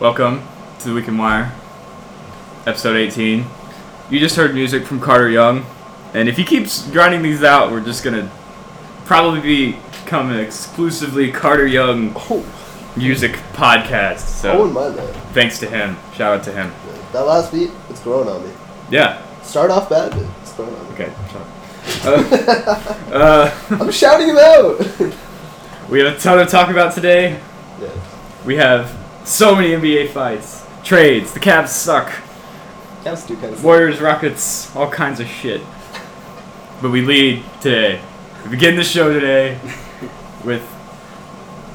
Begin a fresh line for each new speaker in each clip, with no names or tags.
Welcome to the Week in Wire, episode 18. You just heard music from Carter Young, and if he keeps grinding these out, we're just gonna probably become an exclusively Carter Young
Oh,
music podcast.
I wouldn't
So
mind that.
thanks to him. Shout out to him.
That last beat, it's grown on me.
Yeah.
Start off bad, but it's grown on me.
Okay. Shut up. Uh, uh,
I'm shouting him out!
we have a ton to talk about today.
yeah.
We have so many NBA fights, trades. The Cavs suck.
Cavs do kind of
Warriors, Rockets, all kinds of shit. But we lead today. We begin the show today with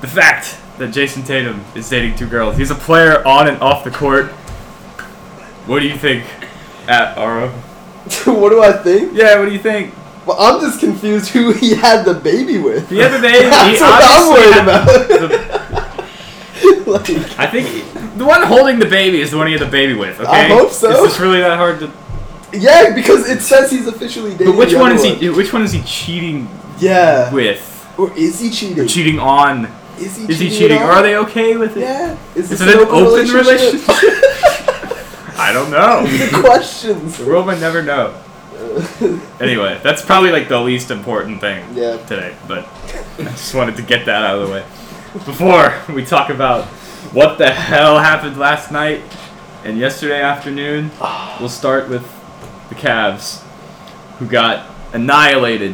the fact that Jason Tatum is dating two girls. He's a player on and off the court. What do you think, at Aro?
What do I think?
Yeah, what do you think?
Well, I'm just confused who he had the baby with.
The other day, he
That's what I'm
obviously
worried
had
about.
the-
like,
I think the one holding the baby is the one he had the baby with. Okay,
I hope so.
Is this really that hard to?
yeah, because it says he's officially dating.
But which
the
one
other
is he? Which one is he cheating
Yeah.
with?
Or is he cheating?
Cheating on?
is he
Is
cheating?
he cheating?
at all?
Are they okay with it?
Yeah. Is
Is
this
it an open relationship? I don't know.
the questions.
the world might never know. Anyway, that's probably like the least important thing
Yeah.
today, but I just wanted to get that out of the way. Before we talk about what the hell happened last night and yesterday afternoon, we'll start with the Cavs, who got annihilated.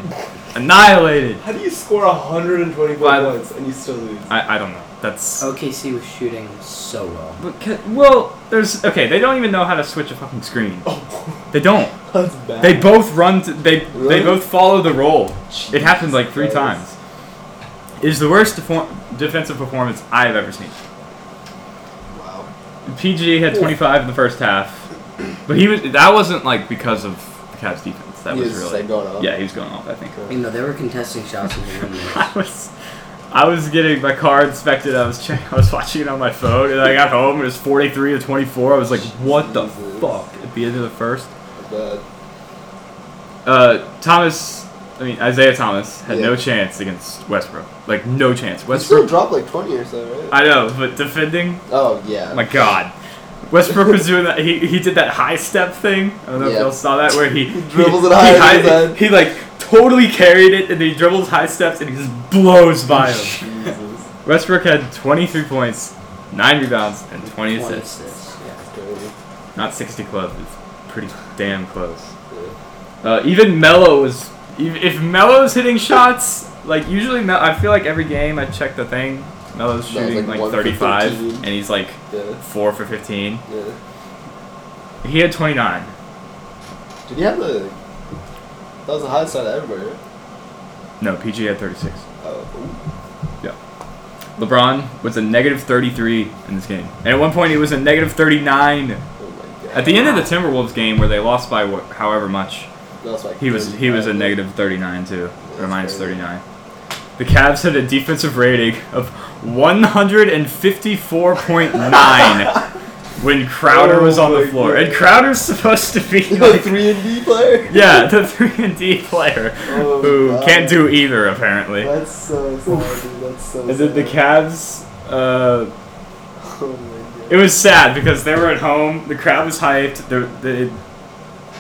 Annihilated!
How do you score 124
Why-
points and you still lose?
I, I don't know. That's.
OKC was shooting so well.
But ca- well, there's okay. They don't even know how to switch a fucking screen.
Oh,
They don't.
that's bad.
They both run. To, they they
Really?
both follow the roll. it happened like three
Jesus
times. It is the worst defo- defensive performance I've ever seen.
Wow.
PG had 25 in the first half, but he was that wasn't like because of the Cavs defense. That
He
was
was just,
really
like, going off.
yeah. He was going off. I think.
You know, they were contesting shots with him.
I was I was getting my car inspected. I was che I was watching it on my phone, and I got home. It was 43 to 24. I was like, what the
Jesus.
fuck? At the end of the first.
But
Uh, Thomas, I mean Isaiah Thomas had no
Yeah.
chance against Westbrook. Like no chance.
he still
Westbrook.
dropped like 20 or so, right?
I know, but defending.
oh, yeah.
My God. Westbrook was doing that. He, he did that high step thing. I don't know if
Yeah.
y'all saw that, where he,
He dribbles
he,
it high
he,
and
hi-
goes in.
he, like totally carried it, and then he dribbles high steps, and he just blows by him.
Jesus.
Westbrook had 23 points, nine rebounds, and 20 assists.
Yeah.
Crazy.
Not 60 close. It's pretty damn close.
Yeah.
Uh, even Melo was. ev- If Melo's hitting shots, like usually, Mel- I feel like every game I check the thing, Melo's
Melo's
shooting like,
like one for
35,
15.
and he's like
Yeah.
four for 15.
yeah.
He had 29.
Did he have the. That was the highest side of everybody, right?
No, PG had 36.
Oh.
LeBron was a negative 33 in this game, and at one point he was a negative 39.
ooh. Oh my god.
At the end of the Timberwolves game, where they lost by wh- however much,
That was like
He was he was a
35.
negative 39 too, or
That's
minus
crazy.
39. The Cavs had a defensive rating of 154.9 when Crowder was on
Oh
the
my
floor,
God.
and Crowder's supposed to be
The
like,
3 and D player?
yeah, the three and D player
Oh
who
God.
can't do either apparently.
That's so sad, dude. That's so
And then the
sad.
Cavs. Uh,
Oh my god.
it was sad because they were at home. The crowd was hyped. The the,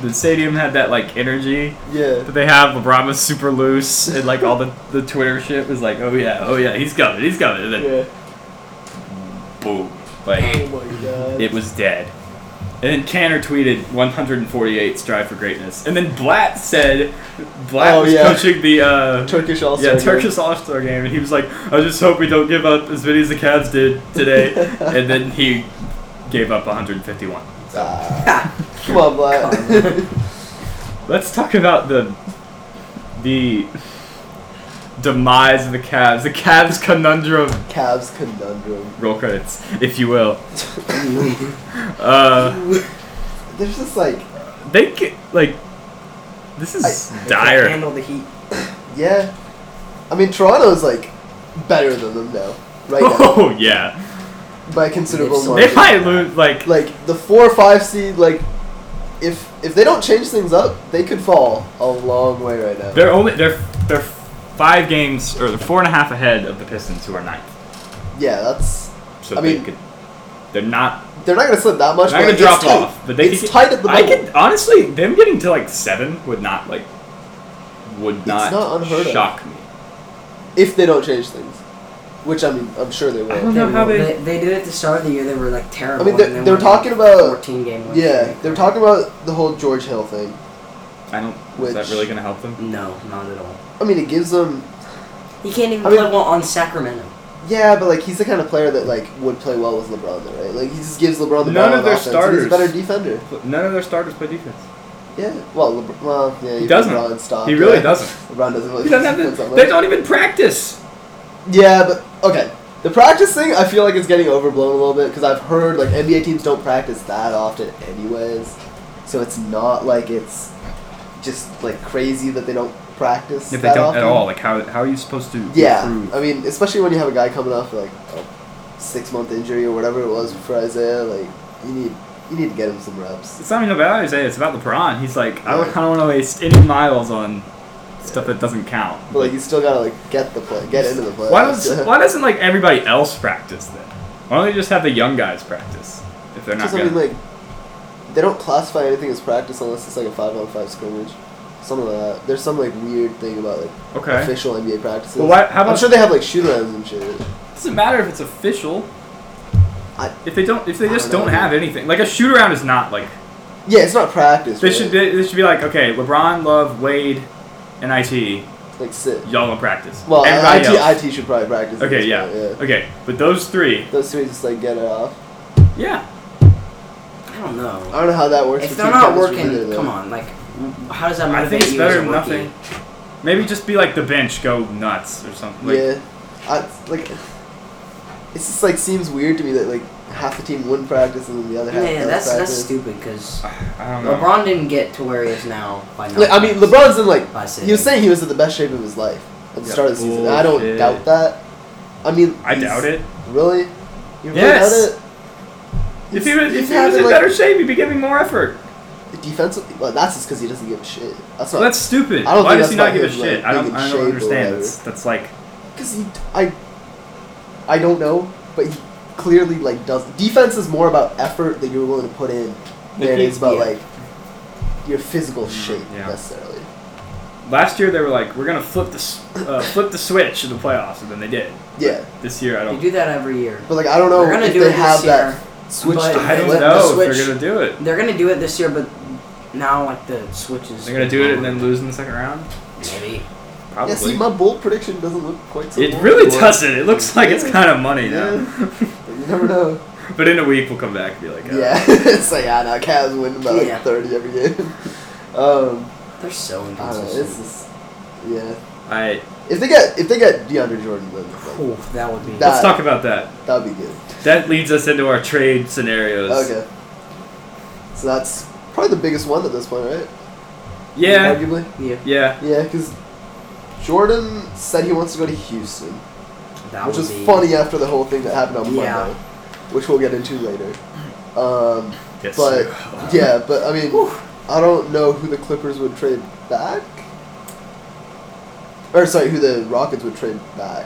the stadium had that like energy.
yeah.
that they have. LeBron was super loose, and like all the, the Twitter shit was like, oh yeah, oh yeah, he's coming, he's coming, and then
Yeah.
boom, like
Oh my god.
it was dead. And then Canner tweeted 148 strive for greatness, and then Blatt said Blatt
Oh,
was
yeah.
coaching the uh,
Turkish also.
yeah Turkish All Star game, and he was like, I just hope we don't give up as many as the Cavs did today, and then he gave up 151. Ah.
come on, Black.
Let's talk about the the demise of the Cavs, the Cavs conundrum.
Cavs conundrum.
Roll credits, if you will. Uh,
There's just like,
they get, like this is
I-
dire.
Handle the heat.
yeah. I mean, Toronto's like better than them now, right now,
Oh yeah,
by a considerable
They
they
margin.
might lose. Like
Like the four or five seed, like if if they don't change things up, they could fall a long way right now.
they're only they're they're five games or they're four and a half ahead of the Pistons, who are ninth.
yeah, that's.
So
I
they
mean,
could They're not.
They're not gonna slip that much.
They're not
but
gonna drop
it's tight.
off, but they
it's
could-
tight at the
I
bubble.
could honestly them getting to like seven would not like would not,
not unheard of.
shock me.
if they don't change things, which I mean I'm sure they
I don't
will.
know how
will.
they-
they did it at the start of the year. They were like terrible.
I mean, they-
and then
they were
won
talking about-
fourteen game. win
Yeah,
streak.
they were talking about the whole George Hill thing.
I don't.
Which-
Is that really gonna help them?
No, not at all.
I mean, it gives them
He can't even
I
play
mean-
well on Sacramento.
Yeah, but like he's the kind of player that like would play well with LeBron, though, right? Like he just gives LeBron the
None of
ball on
their
offense, and He's a
starters-
better defender.
None of their starters play defense.
Yeah. Well, LeBron, well yeah.
He
even
doesn't.
LeBron stopped,
he really
yeah.
doesn't.
LeBron doesn't really.
He doesn't have
Oh, defense
the,
that
They
much.
don't even practice.
Yeah, but okay. The practice thing, I feel like it's getting overblown a little bit because I've heard like NBA teams don't practice that often, anyways. So it's not like it's just like crazy that they don't practice.
If they
that
don't
often.
at all, like how, how are you supposed to
Yeah,
improve?
I mean, especially when you have a guy coming off like a six month injury or whatever it was for Isaiah, like you need you need to get him some reps.
It's not even about Isaiah. It's about LeBron. He's like, I don't
Yeah.
kind of want to waste any miles on stuff that doesn't count.
But like you still gotta like get the play, get into the play.
why does why doesn't like everybody else practice then? Why don't they just have the young guys practice if they're not
Just,
gonna?
I mean, like they don't classify anything as practice unless it's like a five on five scrimmage, something like that. There's some like weird thing about like
okay,
official NBA practices.
Well, why- how
I'm
about-
sure they have like shoot-arounds and shit.
doesn't matter if it's official.
I-
if they don't, if they
I
just
don't
don't
know.
have anything, like a shoot around is not like
Yeah, it's not practice.
they
right?
should. They, they should be like, okay, LeBron, Love, Wade, and IT,
like sit.
y'all don't practice.
Well, I-
Everybody
IT,
else.
IT should probably practice. at
okay,
this
yeah,
point,
okay, but those three,
Those two just like get it off.
yeah,
I don't know.
I don't know how that works.
if
with
they're
team
not
chemistry
working,
either, though.
come on. Like, how does that
I
motivate
think it's
you
better
as a
than
rookie?
nothing. maybe just be like the bench, go nuts or something. Like,
yeah, I, like it's just like seems weird to me that like half the team wouldn't practice and then the other half.
Yeah,
does
that's that's
practice.
stupid because
I don't know.
LeBron didn't get to where he is now by not.
Like, I mean, LeBron's in like he
By
was
sitting.
saying he was in the best shape of his life at the
Yeah,
start of the season. I don't
bullshit.
doubt that. I mean,
I
he's-
doubt it.
Really, you really
Yes.
doubt it?
If
He's-
he was, if
he's
he was in
having, like,
better shape, he'd be giving more effort.
defensively, well, that's just because he doesn't give a shit. That's
So
not
that's stupid.
I don't
Why
think
does he
that's
not give a
about him,
shit?
like,
I don't.
being in
I
shape
don't
or
understand.
whatever.
That's that's like
Because he, I, I don't know, but he clearly like does. Defense is more about effort that you're willing to put in than it
he-
is about
yeah.
like your physical
Mm,
shape
yeah.
necessarily.
last year they were like, we're gonna flip the s- uh, flip the switch in the playoffs, and then they did.
Yeah,
This year I
You
don't.
do that every year.
but like I don't know
They're gonna
if
do it
they
this
have
year.
that switch.
but
to
I don't
flip the
know if
switch.
they're gonna do it.
They're gonna do it this year, but now like the switch is.
They're gonna do it and then lose in the second round.
Maybe.
Probably.
Yeah, see, my bold prediction doesn't look quite so.
it
bold
really
anymore.
doesn't. It looks like it's kind of money now.
But You never know.
but in a week we'll come back and be like, uh,
Yeah, it's like I know Cavs win by like
Yeah.
thirty every game. Um,
They're so
I don't know. It's
inconsistent.
just, yeah.
I
If they get if they get DeAndre Jordan, then like,
Oof, that would be.
That-
let's talk about that.
that'd be good.
That leads us into our trade scenarios.
Okay. So that's probably the biggest one at this point, right?
Yeah.
Arguably.
yeah,
Yeah.
Yeah, because Jordan said he wants to go to Houston,
that
which
would
is
be.
funny after the whole thing that happened on
Yeah.
Monday, which we'll get into later. Um,
Yes.
but yeah, but I mean,
Whew.
I don't know who the Clippers would trade back, or sorry, who the Rockets would trade back.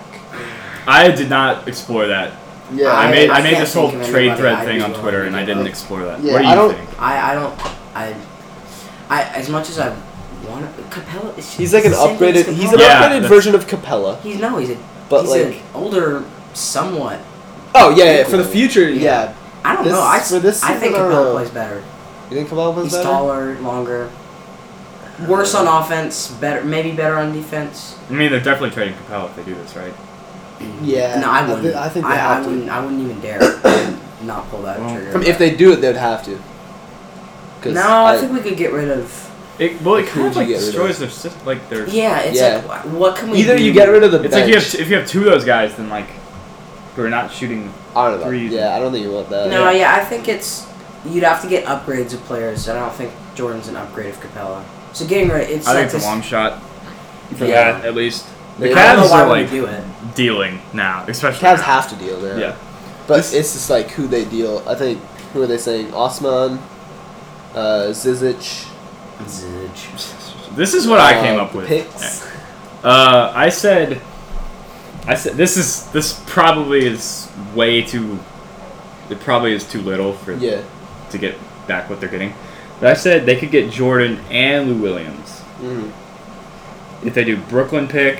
I did not explore that
Yeah,
I made I,
I
made
can't
this whole
think of
trade
anybody
thread
I'd
thing
be
on
willing
Twitter
to
and I
give
didn't
up.
explore that.
Yeah,
what do you
I don't-
think?
I I don't I, I as much as I want Capella. It's
he's like an
same thing as
upgraded. He's an
Capella.
Yeah,
upgraded
that's-
version of Capella.
He's no, he's a
But,
he's
like-
an older, somewhat.
Oh yeah, yeah, for the future,
Yeah.
yeah.
I don't
This-
know. I,
for this
I think
season, I don't
Capella
know.
plays better.
You think Capella was
He's
better? Uh,
taller, longer, worse on offense, better maybe better on defense.
I mean, they're definitely trading Capella if they do this, right?
Yeah,
No, I
I thi-
wouldn't.
I think they
I,
have to.
wouldn't. I wouldn't even dare not pull that
Well,
trigger.
I mean, if they do it, they'd have to. 'Cause
no, I, think we could get rid of.
It well, it
Who
kind
would
of
you
like
get rid of?
destroys their system. Like their.
Yeah, it's
Yeah.
like what can we?
either
do?
you get rid of the
It's like
bench.
you have t- if you have two of those guys, then like, who are not shooting.
I don't know.
three-
Yeah, I don't think you want that.
No, yeah, I think it's you'd have to get upgrades of players. and I don't think Jordan's an upgrade of Capella. So getting rid, it's
I
like
think it's
this,
a long shot. For
Yeah.
that, at least the
They-
I don't
Cavs
know why
are
we
like
do it.
dealing now, especially.
Cavs
now.
have to deal there.
Yeah.
but it's just like who they deal. I think who are they saying? Osman, uh, Zizic.
Zilch.
This is what I
uh,
came up with.
Picks.
Uh, I said, I said this is this probably is way too it probably is too little for
Yeah.
to get back what they're getting. But I said they could get Jordan and Lou Williams
Mm.
if they do Brooklyn pick,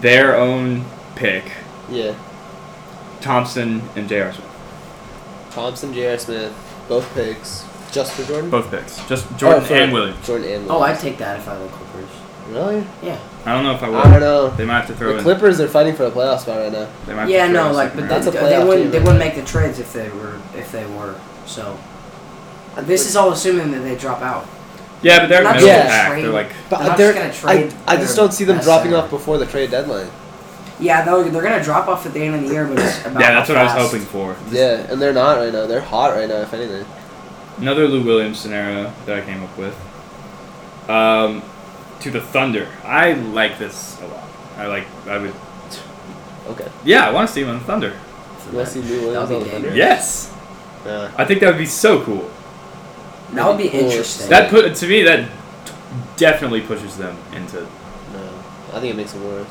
their own pick,
Yeah.
Thompson and J.R. Smith.
Thompson, J.R. Smith.
Both picks. Just for Jordan?
Both picks,
Oh,
just Jordan
for-
and Williams.
Jordan and
Oh, I'd
Williams.
take that if I were the Clippers.
Really?
Yeah.
I don't know if I
I don't
would.
know.
They might have to throw
The
in.
Clippers are fighting for a playoff spot right now.
They might have
yeah,
to throw
no,
in
like,
second
but
round.
That's a
they,
playoff
they
team,
wouldn't they
right?
wouldn't make the trades if they were if they were. So this is all assuming that they drop out.
yeah, but they're
Not
middle
just
pack.
trade.
They're like
They're
But
not
they're,
just gonna trade
I, I just
their
don't see them
best
dropping
center.
off before the trade deadline.
Yeah, though they're gonna drop off at the end of the year, but it's about
yeah, that's
how
what I was
fast.
hoping for.
Yeah, and they're not right now. They're hot right now, if anything.
Another Lou Williams scenario that I came up with. Um, to the Thunder. I like this a lot. I like. I would.
Okay.
Yeah, I want to see him on the Thunder.
You want to see Lou Williams
That'll be
on the Thunder?
dangerous.
Yes,
Yeah.
I think that would be so cool.
That would be
Of course.
interesting.
That put to me that definitely pushes them into
No. I think it makes it worse.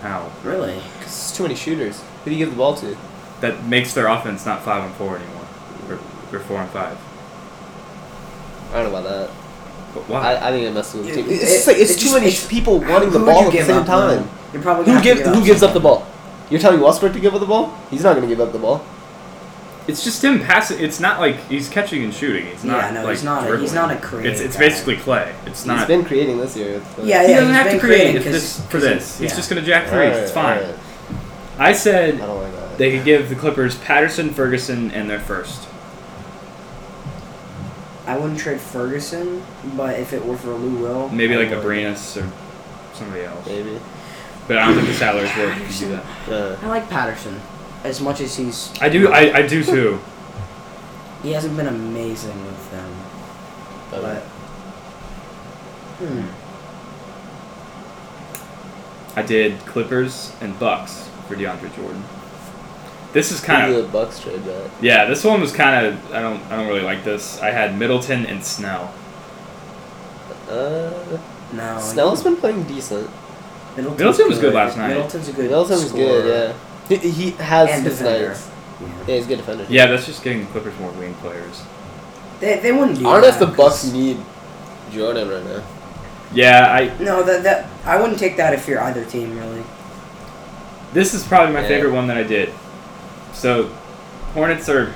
how
really.
Because there's too many shooters. Who do you give the ball to?
that makes their offense not five and four anymore, or, or four and five.
I don't know about that.
But why?
I, I think it messes with the team.
It-
It's just like it's
it
too
just-
many
it's-
people wanting the
Who would
ball
you
at the
give
same
up, though?
time.
You're probably gonna
Who
have to
give,
give
Who gives up the ball? You're telling Westbrook to give up the ball? He's not going to give up the ball.
it's just him passing. It's not like he's catching and shooting. It's
Yeah,
not
no,
like
he's not a-
dribbling.
he's not a creative
It's it's
guy.
basically Clay. It's
He's
not.
been creating this year. but-
Yeah,
he
yeah.
doesn't
he's
have to
been
create
creating
if
'cause-
this for
'cause
this.
yeah.
He's just gonna jack threes. it's fine.
Alright, alright.
I
I
said
don't like that.
they could give the Clippers Patterson, Ferguson, and their first.
I wouldn't trade Ferguson, but if it were for Lou Will,
Maybe
I
like
would.
Abrinas or somebody else.
Maybe.
But I don't think the salaries worth to do that.
Uh,
I like Patterson as much as he's.
I do. I, I do too.
He hasn't been amazing with them, but.
but
Hmm.
I did Clippers and Bucks for DeAndre Jordan. This is
kind
kind of
the Bucks trade back.
yeah. This one was kind of I don't I don't really like this. I had Middleton and Snell.
Uh,
No.
Snell's been playing decent.
Middleton's
Middleton was good last night.
Middleton's a good.
Middleton's
scorer.
good, yeah. He, he has
And
his
defender.
nights.
Yeah.
Yeah, he's a good defender.
Yeah, that's just getting the Clippers more wing players.
They, they wouldn't
I
do
don't know if
that
the Bucks
'cause-
need Jordan right now.
Yeah, I
No, that that I wouldn't take that if you're either team really.
this is probably my
Yeah.
favorite one that I did. So Hornets are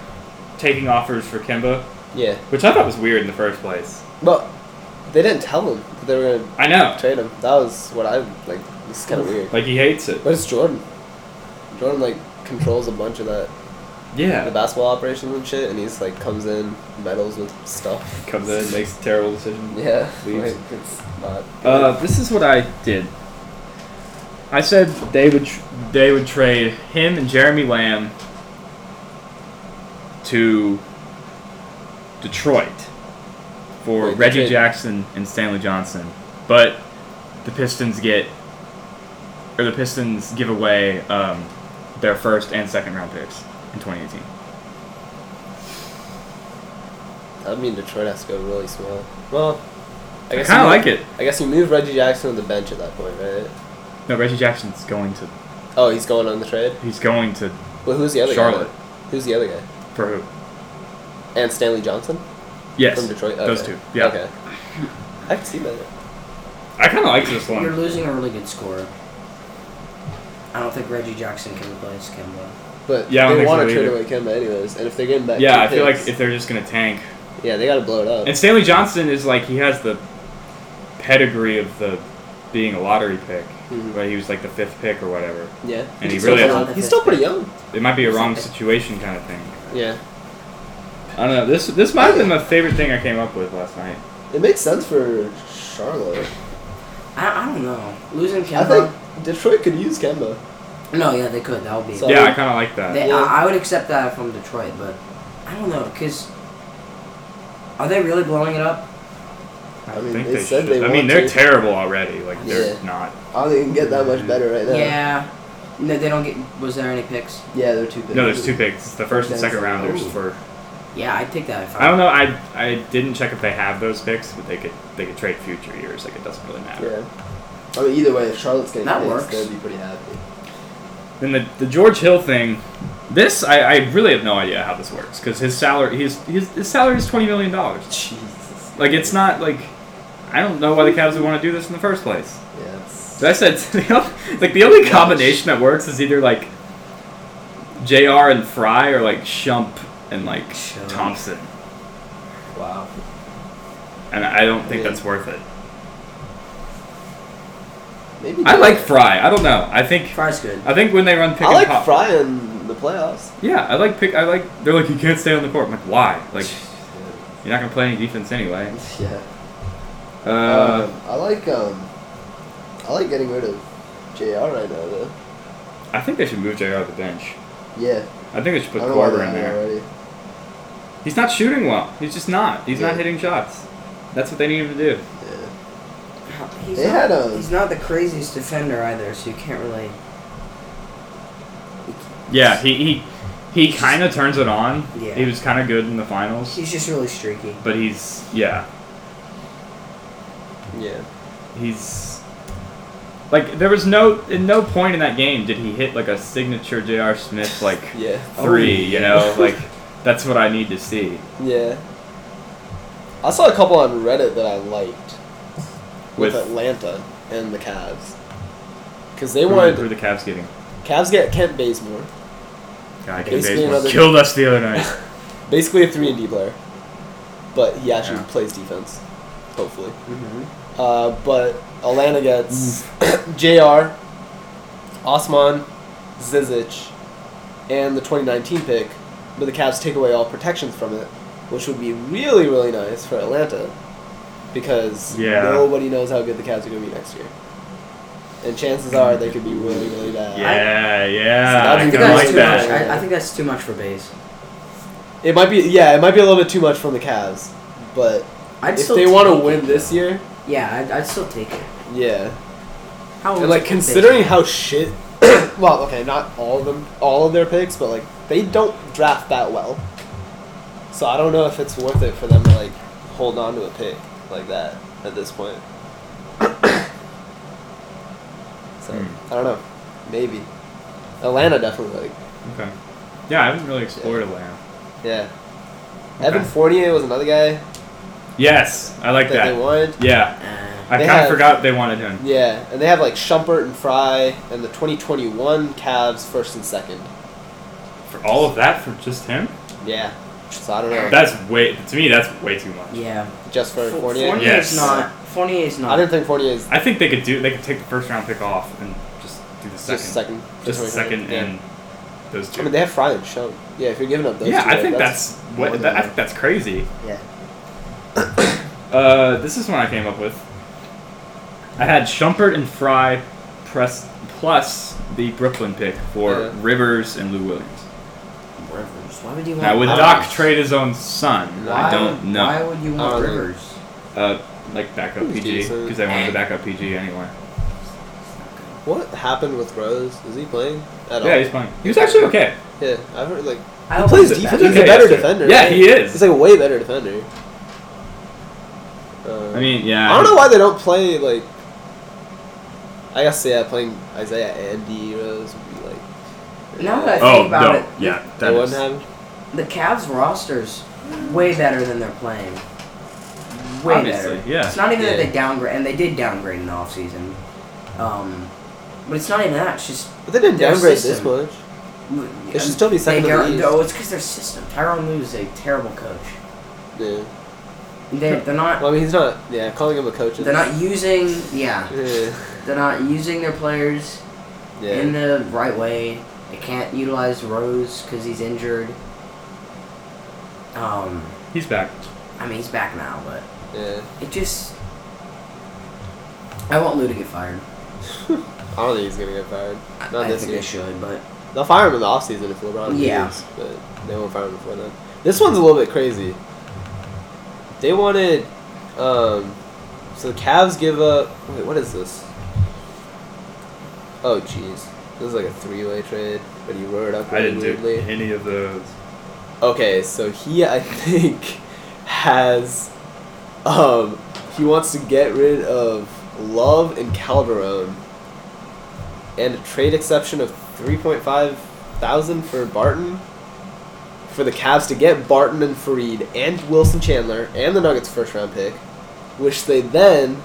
taking offers for Kemba,
Yeah,
which I thought was weird in the first place.
but they didn't tell him that they were gonna
I know,
trade him. That was what I like. This is kind of weird.
like he hates it.
But it's Jordan. Jordan like controls a bunch of that the
Yeah,
basketball operations and shit, and he's like comes in, meddles with stuff.
comes in, makes terrible decisions.
Yeah,
Leaves.
like, it's not.
Uh, this is what I did. I said they would tr- they would trade him and Jeremy Lamb to Detroit for
Wait,
Reggie
Detroit-
Jackson and Stanley Johnson, but the Pistons get or the Pistons give away um, their first and second round picks in 2018.
I mean, Detroit has to go really small. Well,
I,
you
kind of like
move-
it.
I guess you move Reggie Jackson to the bench at that point, right?
No, Reggie Jackson's going to
Oh, he's going on the trade.
he's going to
Well, who's the other
Charlotte
guy? Who's the other guy?
for who?
And Stanley Johnson
Yes,
from Detroit.
those
Okay.
two. Yeah,
Okay. I can see that.
I kind of like this one.
You're losing a really good scorer. I don't think Reggie Jackson can replace Kimba.
But
Yeah, I don't
they
think
want
so
to trade
either.
away Kemba anyways, and if they're getting back,
Yeah,
two
I feel like
picks,
if they're just gonna tank.
yeah, they gotta blow it up.
And Stanley Johnson is like he has the pedigree of the being a lottery pick,
Mhm.
right? He was like the fifth pick or whatever.
Yeah,
And he
he's
really
still,
hasn't-
young. he's still pretty young.
It might be a wrong
Something.
situation kind of thing.
Yeah,
I don't know. This this might have been my favorite thing I came up with last night.
it makes sense for Charlotte.
I, I don't know. Losing
I
Kimba.
think Detroit could use Kemba.
No, yeah, they could. That would be.
So-
yeah, I kind of like that.
they,
Yeah.
I, I would accept that from Detroit, but I don't know because are they really blowing it up?
I,
I mean,
think
they
they,
said
should.
they
I mean,
want
they're
to.
terrible already. Like they're
Yeah.
not.
I don't think it can get that much better right now.
Yeah. No, they don't get. Was there any picks?
yeah, they're too big.
No, there's two picks. It's the first and
That's-
second rounders
ooh.
for. uh,
Yeah, I'd take that if I.
I don't know. I I didn't check if they have those picks, but they could they could trade future years. Like it doesn't really matter.
Yeah, I mean either way, if Charlotte's getting
That
picks,
works.
they'd be pretty happy.
Then the, the George Hill thing, this I, I really have no idea how this works because his salary his, his his salary is twenty million dollars.
Jesus.
Like it's not like I don't know why the Cavs would want to do this in the first place.
Yeah, it's,
So I said like the only combination that works is either like Jr. and Fry or like Shump and like
Shump.
Thompson,
wow.
and I don't think
Yeah.
that's worth it.
Maybe
I like Fry. I don't know. I think
Fry's good.
I think when they run pick
I
and
like
pop,
Fry in the playoffs.
Yeah, I like pick. I like. They're like, you can't stay on the court. I'm like, why? Like, you're not gonna play any defense anyway.
Yeah.
Uh,
um, I like um, I like getting rid of Jr. right now though.
I think they should move Jr. to the bench.
Yeah.
I think they should put
I don't know why
Corver
they
in
haven't
there.
already.
He's not shooting well. He's just not. He's not
Yeah.
hitting shots. That's what they need him to do.
Yeah.
He's
They
not,
had a-
he's not the craziest defender either, so you can't really.
Yeah, he he, he kind of turns it on.
Yeah.
He was kind of good in the finals,
He's just really streaky.
but he's yeah
Yeah.
he's like there was no at no point in that game did he hit like a signature J.R. Smith like
Yeah.
Oh,
three. You know, like that's what I need to see.
Yeah.
I saw a couple on Reddit that I liked with,
With
Atlanta and the Cavs. Because they
Who were-
wanted.
who were the Cavs getting?
Cavs get Kent Bazemore.
God,
Basically
Kent Bazemore
another-
killed us the other night.
Basically a 3 and D player. But he actually
Yeah.
plays defense. Hopefully.
Mm-hmm.
Uh, but Atlanta gets JR, Osman, Zizic, and the 2019 pick. But the Cavs take away all protections from it, which would be really, really nice for Atlanta because
Yeah.
nobody knows how good the Cavs are going to be next year. And chances are they could be really, really bad.
yeah,
So
yeah.
that's
I
the
kind
guy
of
who's
like
too
that.
Much. I, I think that's too much for Bays.
It might be, yeah, it might be a little bit too much from the Cavs, but
I'd
if
still
they
take
want to
it.
win this year,
yeah, I'd, I'd still take it.
yeah.
How old
And
is
like
Baze?
considering how shit, well, okay, not all of them, all of their picks, but like they don't draft that well. So I don't know if it's worth it for them to like hold on to a pick like that at this point. so
Hmm.
I don't know, maybe Atlanta definitely. Like,
Okay. Yeah, I haven't really explored Atlanta.
yeah,
Okay.
Evan Fournier was another guy
Yes, I like
that, they
that.
wanted.
Yeah,
Uh,
I
They
kind of
have-
forgot they wanted him.
Yeah, and they have like Shumpert and Fry and the 2021 Cavs first and second.
For all of that, for just him,
Yeah, so I don't know.
that's way to me. That's way too much.
yeah.
just for
Fo-
Fournier.
Fournier's
Yes.
not. Fournier's
I
not.
didn't think Fournier is
I think they could do. They could take the first round pick off and just do the second.
just second.
Just
for 2020.
second
Yeah.
and those two.
I mean, they have Fry and Schoen. Yeah, if you're giving up those.
yeah,
two,
I
like,
think that's,
more
what.
than
That, I
enough.
think that's crazy.
Yeah.
Uh, this is one I came up with. I had Shumpert and Fry, press plus the Brooklyn pick for
Yeah.
Rivers and Lou Williams.
Rivers. Why would you want?
Now, would
I
Doc
don't-
trade his own son?
Why,
I don't
Why
know.
would you
I
want
don't know.
Rivers?
Uh, like backup
He's
PG
decent.
because I wanted to backup PG anyway.
What happened with Rose? Is he playing at all?
Yeah, he's fine. He was actually okay.
Yeah, I've heard like
I
he
hope
plays
he's
defense.
back.
He's a
Okay,
better
yeah.
defender.
Yeah,
right?
he is.
He's like a way better defender. Uh,
I mean, yeah.
I don't know why they don't play like. I guess yeah, playing Isaiah and D Rose would be like.
Now that I
Oh
think about
no!
it,
Yeah,
they
that
wouldn't
is.
have.
The Cavs rosters way better than they're playing. Way
Obviously,
better.
yeah.
It's not even that
Yeah.
they downgrade, and they did downgrade in the offseason. Um, but it's not even that. It's just
But they didn't
Their
downgrade this
system.
much. They should still be
They
second in the
go,
league.
no, it's because their system. Tyrone Lue is a terrible coach.
Yeah.
They, they're not.
Well, I mean, he's not. Yeah, calling him a coach. is-
They're not using. Yeah,
Yeah.
they're not using their players
Yeah.
in the right way. They can't utilize Rose because he's injured. Um,
He's back.
I mean he's back now, but
yeah.
It just. I want Lou to get fired.
I don't think he's gonna get fired.
I,
Not
I
this
think
year.
they should, but
They'll fire him in the offseason if LeBron
Yeah.
leaves, but they won't fire him before then. This one's a little bit crazy. They wanted, um, so the Cavs give up. Wait, what is this? Oh, jeez, this is like a three-way trade, but he wrote it up
I
really
didn't do
weirdly.
any of those.
Okay, so he I think has um he wants to get rid of Love and Calderon and a trade exception of three point five thousand for Barton. For the Cavs to get Barton and Fareed and Wilson Chandler and the Nuggets first round pick, which they then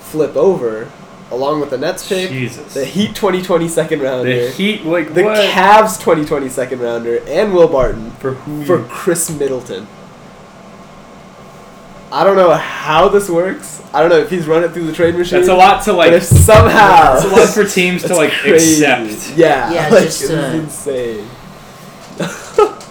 flip over along with the Nets pick,
Jesus.
the Heat 2020 second rounder,
The Heat, like
the
what?
Cavs 2020 second rounder, and Will Barton
for who?
for Chris Middleton. I don't know how this works. I don't know if he's run it through the trade machine.
that's a lot to
But
like.
if somehow
That's a lot for teams to
That's
like
crazy.
accept.
Yeah,
Yeah,
like,
just,
it
uh,
was insane.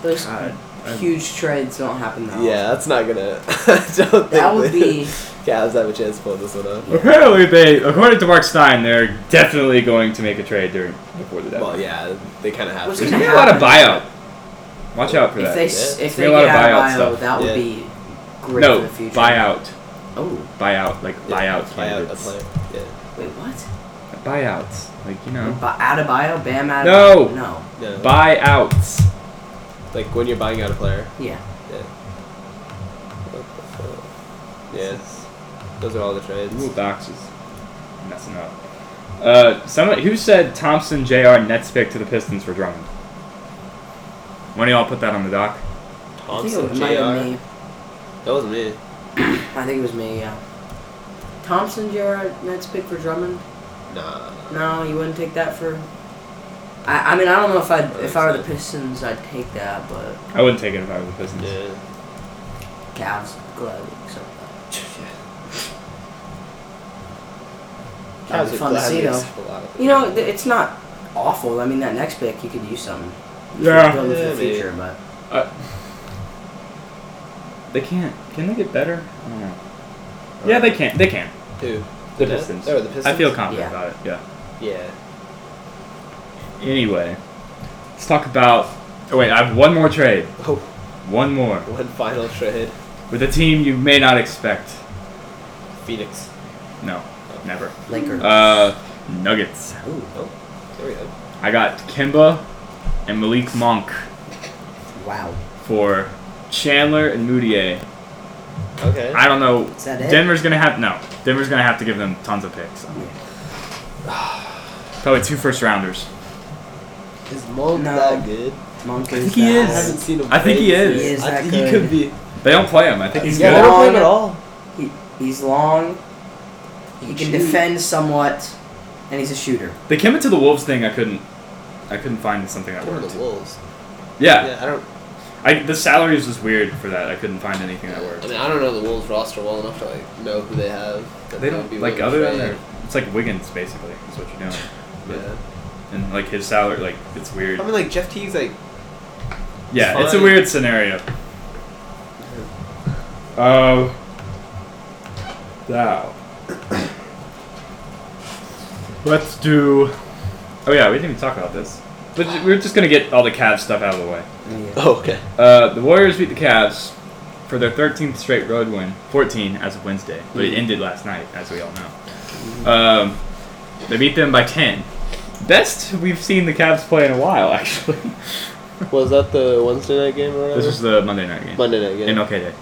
Those
God, I-
huge trades don't happen that
yeah, that's not gonna. I don't
That
think
would
the
be
Cavs have a chance to pull this one off.
Apparently, they, according to Mark Stein, they're definitely going to make a trade during before the
Well,
deadline.
yeah, they kind of have
What's
There's
to.
gonna be a lot of buyout. Watch out for
if
that.
they s
yeah.
if
We
they
got a
get
lot
out
of
of
buyout
bio,
stuff.
that would
Yeah.
be great
no
for the future.
buyout,
Oh,
buyout, like buyout
buyout, a
candidates.
player. Yeah,
wait, what?
Buyouts, like you know,
Bi- out of bio, bam, out
No.
of no,
no,
buyouts.
like when you're buying out a player.
yeah.
What the fuck? Yeah, those are all the trades.
Ooh, Docs is messing up. Uh, someone who said Thompson Jr. Nets pick to the Pistons for Drummond. When do y'all put that on the doc?
I think
Thompson,
it was,
Jr.
might have been
That
me.
was me.
I think it was me. Yeah. Thompson, Jared, Nets pick for Drummond.
Nah.
No, you wouldn't take that for. I, I mean, I don't know if I'd if I were the
Understand.
Pistons, I'd take that, but
I wouldn't take it if I were the Pistons.
Yeah.
Cavs gladly accept that.
Cavs
That'd be
would
fun to
gladly
see, though.
accept a lot of
You know, th- it's not awful. I mean, that next pick, you could use something.
Yeah.
Build it for
Yeah,
the
maybe.
future, but
They can't. Can they get better? I don't know. Yeah, they can. They can.
Who?
The
Nets?
Pistons.
Oh, the Pistons.
I feel confident
Yeah.
about it. Yeah.
Yeah.
Anyway, let's talk about. Oh wait, I have one more trade.
Oh,
One more
one final trade.
with a team you may not expect.
Phoenix.
No, never.
Lakers.
Uh, Nuggets.
Ooh,
There we go.
I got Kimba and Malik Monk
wow.
for Chandler and Moutier.
Okay.
I don't know.
Is that it?
Denver's gonna have no. Denver's gonna have to give them tons of picks. Probably two first rounders.
Is Monk
No.
that good?
Monk
I think
is
he
that.
I haven't
is.
seen him.
I think he
play
is.
this
He
year.
is
I
that
think
good.
He could be.
They don't play him. I think he's
yeah,
good.
they don't play him
Long.
at all.
He's long. He can
shoot.
defend somewhat, and he's a shooter.
The Kimba to the Wolves thing, I couldn't. I couldn't find something that
They were
worked.
the Wolves.
Yeah,
Yeah, I don't.
I, the salary is just weird for that. I couldn't find anything that
I
worked.
mean, I don't know the Wolves roster well enough to like know who they have. that
They
would
don't
be
like
willing
other
to
than
trade.
that. It's like Wiggins basically. Is what you're doing. But-
Yeah.
And like his salary, like it's weird.
I mean, like Jeff Teague's like
Yeah,
It's
it's a
fine.
weird scenario. Um. Now. Let's do. Oh yeah, we didn't even talk about this. But ju- we're just gonna get all the Cavs stuff out of the way.
Oh, okay.
Uh, the Warriors beat the Cavs for their 13th straight road win, 14 as of Wednesday, but
Mm-hmm.
it ended last night, as we all know. Um, they beat them by 10. Best we've seen the Cavs play in a while, actually.
Was that the Wednesday night game or
this was the Monday night game.
Monday night
MLK Day.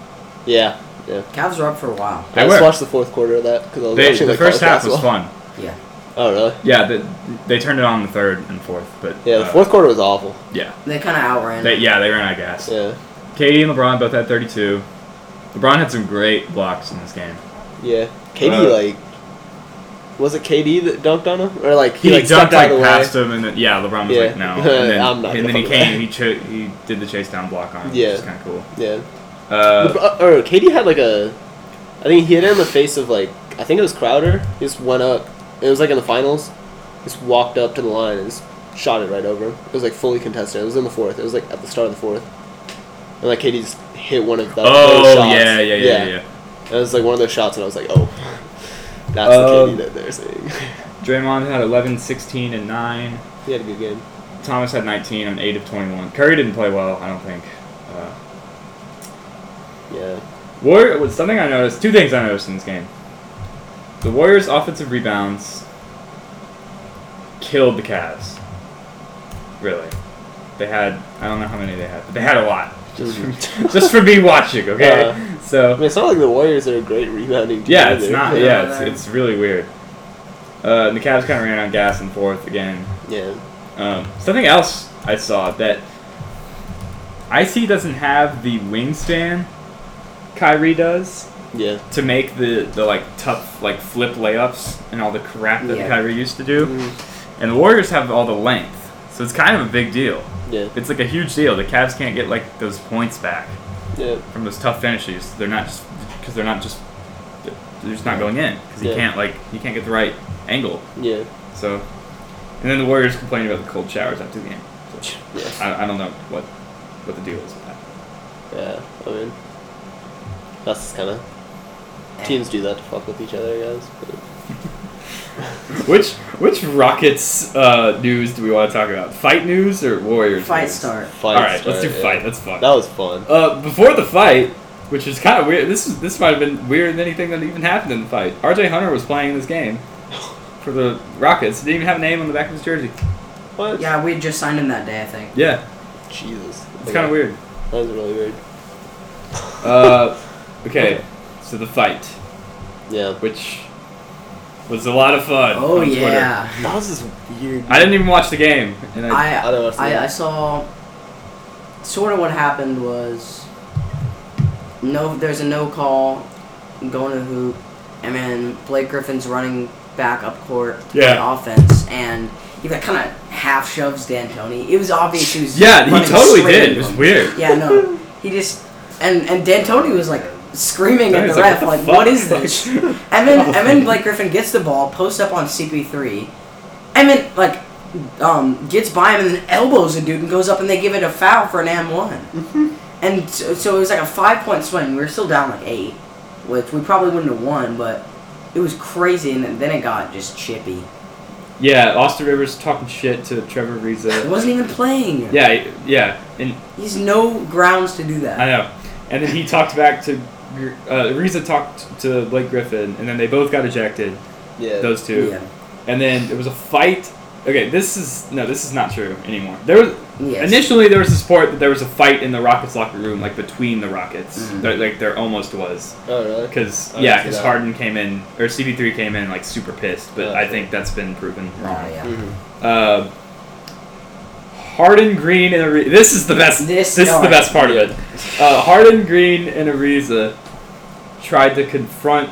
Yeah, yeah.
Cavs are up for a while.
They were.
the fourth quarter of that because I was
They, the first half was fun.
Yeah.
Oh really?
Yeah, the, they turned it on the third and fourth, but uh,
quarter was awful.
Yeah,
They kind of outran.
they, yeah, they ran out of gas.
Yeah,
KD and LeBron both had 32. LeBron had some great blocks in this game.
yeah.
KD, Uh,
like, was it KD that dunked on him or like
He, dunked like past him, and then yeah, LeBron was
Yeah.
like no, and then,
I'm not
and then he
gonna-
came, he cho- he did the chase down block on him,
Yeah.
which is kind of cool.
Yeah.
Uh,
LeBron, or KD had like a, I think he hit it in the face of like I think it was Crowder. He just went up. It was like in the finals. Just walked up to the line and just shot it right over him. It was like fully contested. It was in the fourth. It was like at the start of the fourth. And like KD just hit one of the those
oh
shots.
yeah, yeah, yeah, yeah, yeah.
It was like one of those shots, and I was like, oh, that's
Um,
the KD that they're saying.
Draymond had 11, 16, and nine.
he had a good game.
Thomas had 19 on 8 of 21. Curry didn't play well, I don't think. Uh,
Yeah.
Warrior was something I noticed. Two things I noticed in this game. The Warriors' offensive rebounds killed the Cavs. Really, they had I don't know how many they had, but they had a lot. Just from, just for me watching, okay.
I
so
mean, it's not like the Warriors are a great rebounding team.
yeah, it's
either.
not.
Yeah.
Yeah, it's, it's really weird. Uh, and the Cavs kind of ran on gas and forth again.
Yeah.
Um, Um, something else I saw that IC doesn't have the wingspan Kyrie does
Yeah.
to make the, the like tough like flip layups and all the crap that
Yeah.
Kyrie used to do.
Mm.
And the Warriors have all the length, so it's kind of a big deal.
Yeah.
It's like a huge deal. The Cavs can't get like those points back
Yeah.
from those tough finishes. They're not just because they're not just they're just not going in because you
Yeah.
can't like you can't get the right angle.
Yeah.
So, and then the Warriors complain about the cold showers after the game. So,
Yeah.
I, I don't know what what the deal is with that.
Yeah. I mean, that's kind of teams do that to fuck with each other, guys. But
Which which Rockets uh, news do we want to talk about? Fight news or Warriors?
Fight
news?
start.
fight.
All right, let's do
yeah.
fight. That's fun.
That was fun.
Uh, before the fight, which is kind of weird. This is this might have been weirder than anything that even happened in the fight. R.J. Hunter was playing this game for the Rockets. Didn't even have a name on the back of his jersey.
What?
Yeah, we just signed him that day, I think.
Yeah,
Jesus.
it's kind of weird.
That was really weird.
Uh, okay, so the fight,
Yeah.
which was a lot of fun.
Oh
on Twitter.
yeah.
That was just weird.
I didn't even watch the game, and I,
I
I don't know what's
I,
the-
I saw sort of what happened was no there's a no call going to the hoop and then Blake Griffin's running back up court to play
Yeah.
offense and he like kind of half shoves D'Antoni. It was obvious he was
yeah, he
running
totally
straight
did.
at
It was
him.
weird.
Yeah, no, he just and and D'Antoni was like screaming at
He's
the
like,
ref
"What the fuck?"
like, what is this? And then and then Blake Griffin gets the ball, posts up on CP3, and then like um, gets by him and then elbows a dude and goes up and they give it a foul for an M one.
Mm-hmm.
and so, so it was like a five point swing. We were still down like eight, which we probably wouldn't have won, but it was crazy. And then it got just chippy.
Yeah, Austin Rivers talking shit to Trevor
He
Reza.
wasn't even playing.
Yeah, yeah, and
he's no grounds to do
I
that.
know. And then he talked back to Gr- uh, Ariza talked to Blake Griffin, and then they both got ejected.
Yeah.
Those two.
Yeah.
And then there was a fight. Okay, this is no, this is not true anymore. There was
Yes.
initially there was this report that there was a fight in the Rockets locker room, like between the Rockets.
Mhm.
There- like there almost was,
Oh really?
because
I didn't
yeah,
see
because
that.
Harden came in or CB3 came in like super pissed, but
Oh,
I
okay.
think that's been proven
Oh,
wrong.
yeah.
Mhm.
Uh, Harden, Green, and Ariza. This is the best.
This-
This, is the
alright.
best part of it. Uh, Harden, Green, and Ariza tried to confront.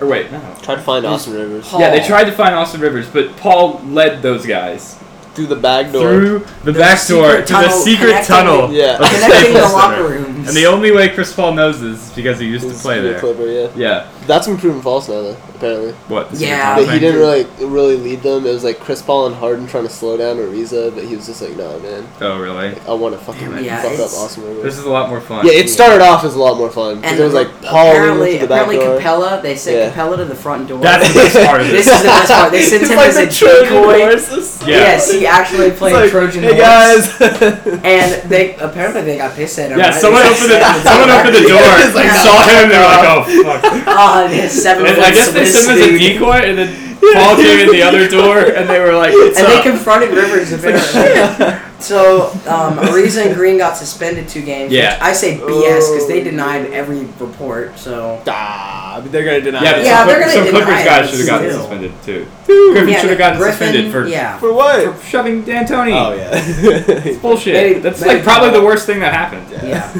Or wait, no.
Tried to find
It was
Austin Rivers
Paul.
Yeah, they tried to find Austin Rivers, but Paul led those guys
through the back door.
through the,
The
back door
secret
to the
tunnel
secret
connecting-
tunnel
Yeah.
of the
Connecting the
Staples
locker
Center.
rooms.
And the only way Chris Paul knows this is because he used
It was
to play
through the
there.
Clipper, yeah.
Yeah.
That's been proven false now, though. Apparently,
What? the secret
Yeah.
tunnel
but he
thing?
didn't really really lead them. It was like Chris Paul and Harden trying to slow down Ariza, but he was just like, "Nah, man,
Oh, really?
I want to fucking
Damn it.
Yeah,
fuck up
it's-
Austin
This
Rivers."
is a lot more fun.
Yeah, it started off as a lot more fun because
And
it was like Paul
apparently,
leading to the back
apparently
door.
Capella. They sent
Yeah.
Capella to the front door.
That's the best part of
This is the best part. They sent
It's
him
like
as
the
a
Trojan
decoy.
horses.
Yeah.
Yes, he actually
It's
played
like,
Trojan
hey
horse.
guys.
And they apparently they got pissed at him.
Yeah,
right?
someone
They
opened the
sent him to
someone opened the door,
It's like,
saw him, and they were like, "Oh fuck!"
Ah, this seven.
And I guess they sent him as a decoy, and then Paul came in the other door, and they were like, "It's
And
up."
they confronted Rivers apparently. so um, Ariza and Green got suspended two games. which
Yeah.
I say BS because they denied every report. So
ah, but they're gonna deny.
yeah, but
it.
Yeah,
some,
they're
Clip-
gonna
some
deny
Clippers
it,
guys
but
should have gotten
still.
suspended too. Griffin should have gotten
Griffin,
suspended for,
yeah.
for what?
for shoving D'Antoni.
Oh yeah.
Bullshit.
Maybe-
That's
maybe-
like probably the worst thing that happened.
Yeah.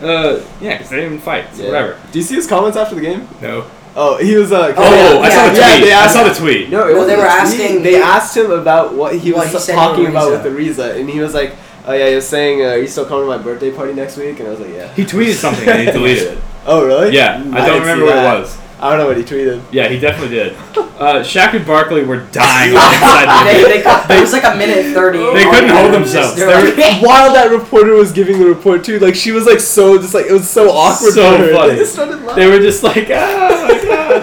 Uh, yeah, because they didn't even fight. So
Yeah.
Whatever.
Do you see his comments after the game?
No.
Oh, he was uh.
Oh, yeah.
I saw the
Yeah,
tweet.
they
I
asked-
saw the tweet.
No, it
Well, they
wasn't
were
a tweet.
asking-
They asked him about what he
What
was
he said
talking
to
about
Ariza.
with Ariza, and he was like, "Oh yeah, he was saying, uh, are you still coming to my birthday party next week?" And I was like, "Yeah."
He tweeted something and he deleted it.
Oh really?
Yeah,
Mm,
I don't
didn't see
remember what it
that.
was.
I don't know what he tweeted.
Yeah, he definitely did. Uh, Shaq and Barkley were dying on the inside.
they,
the
they cut, it was like a minute thirty.
They couldn't hold themselves.
They were
They were-
like,
While that reporter was giving the report too, like she was like so just like it was so awkward.
So
for her.
funny.
They just started laughing.
They were just like, oh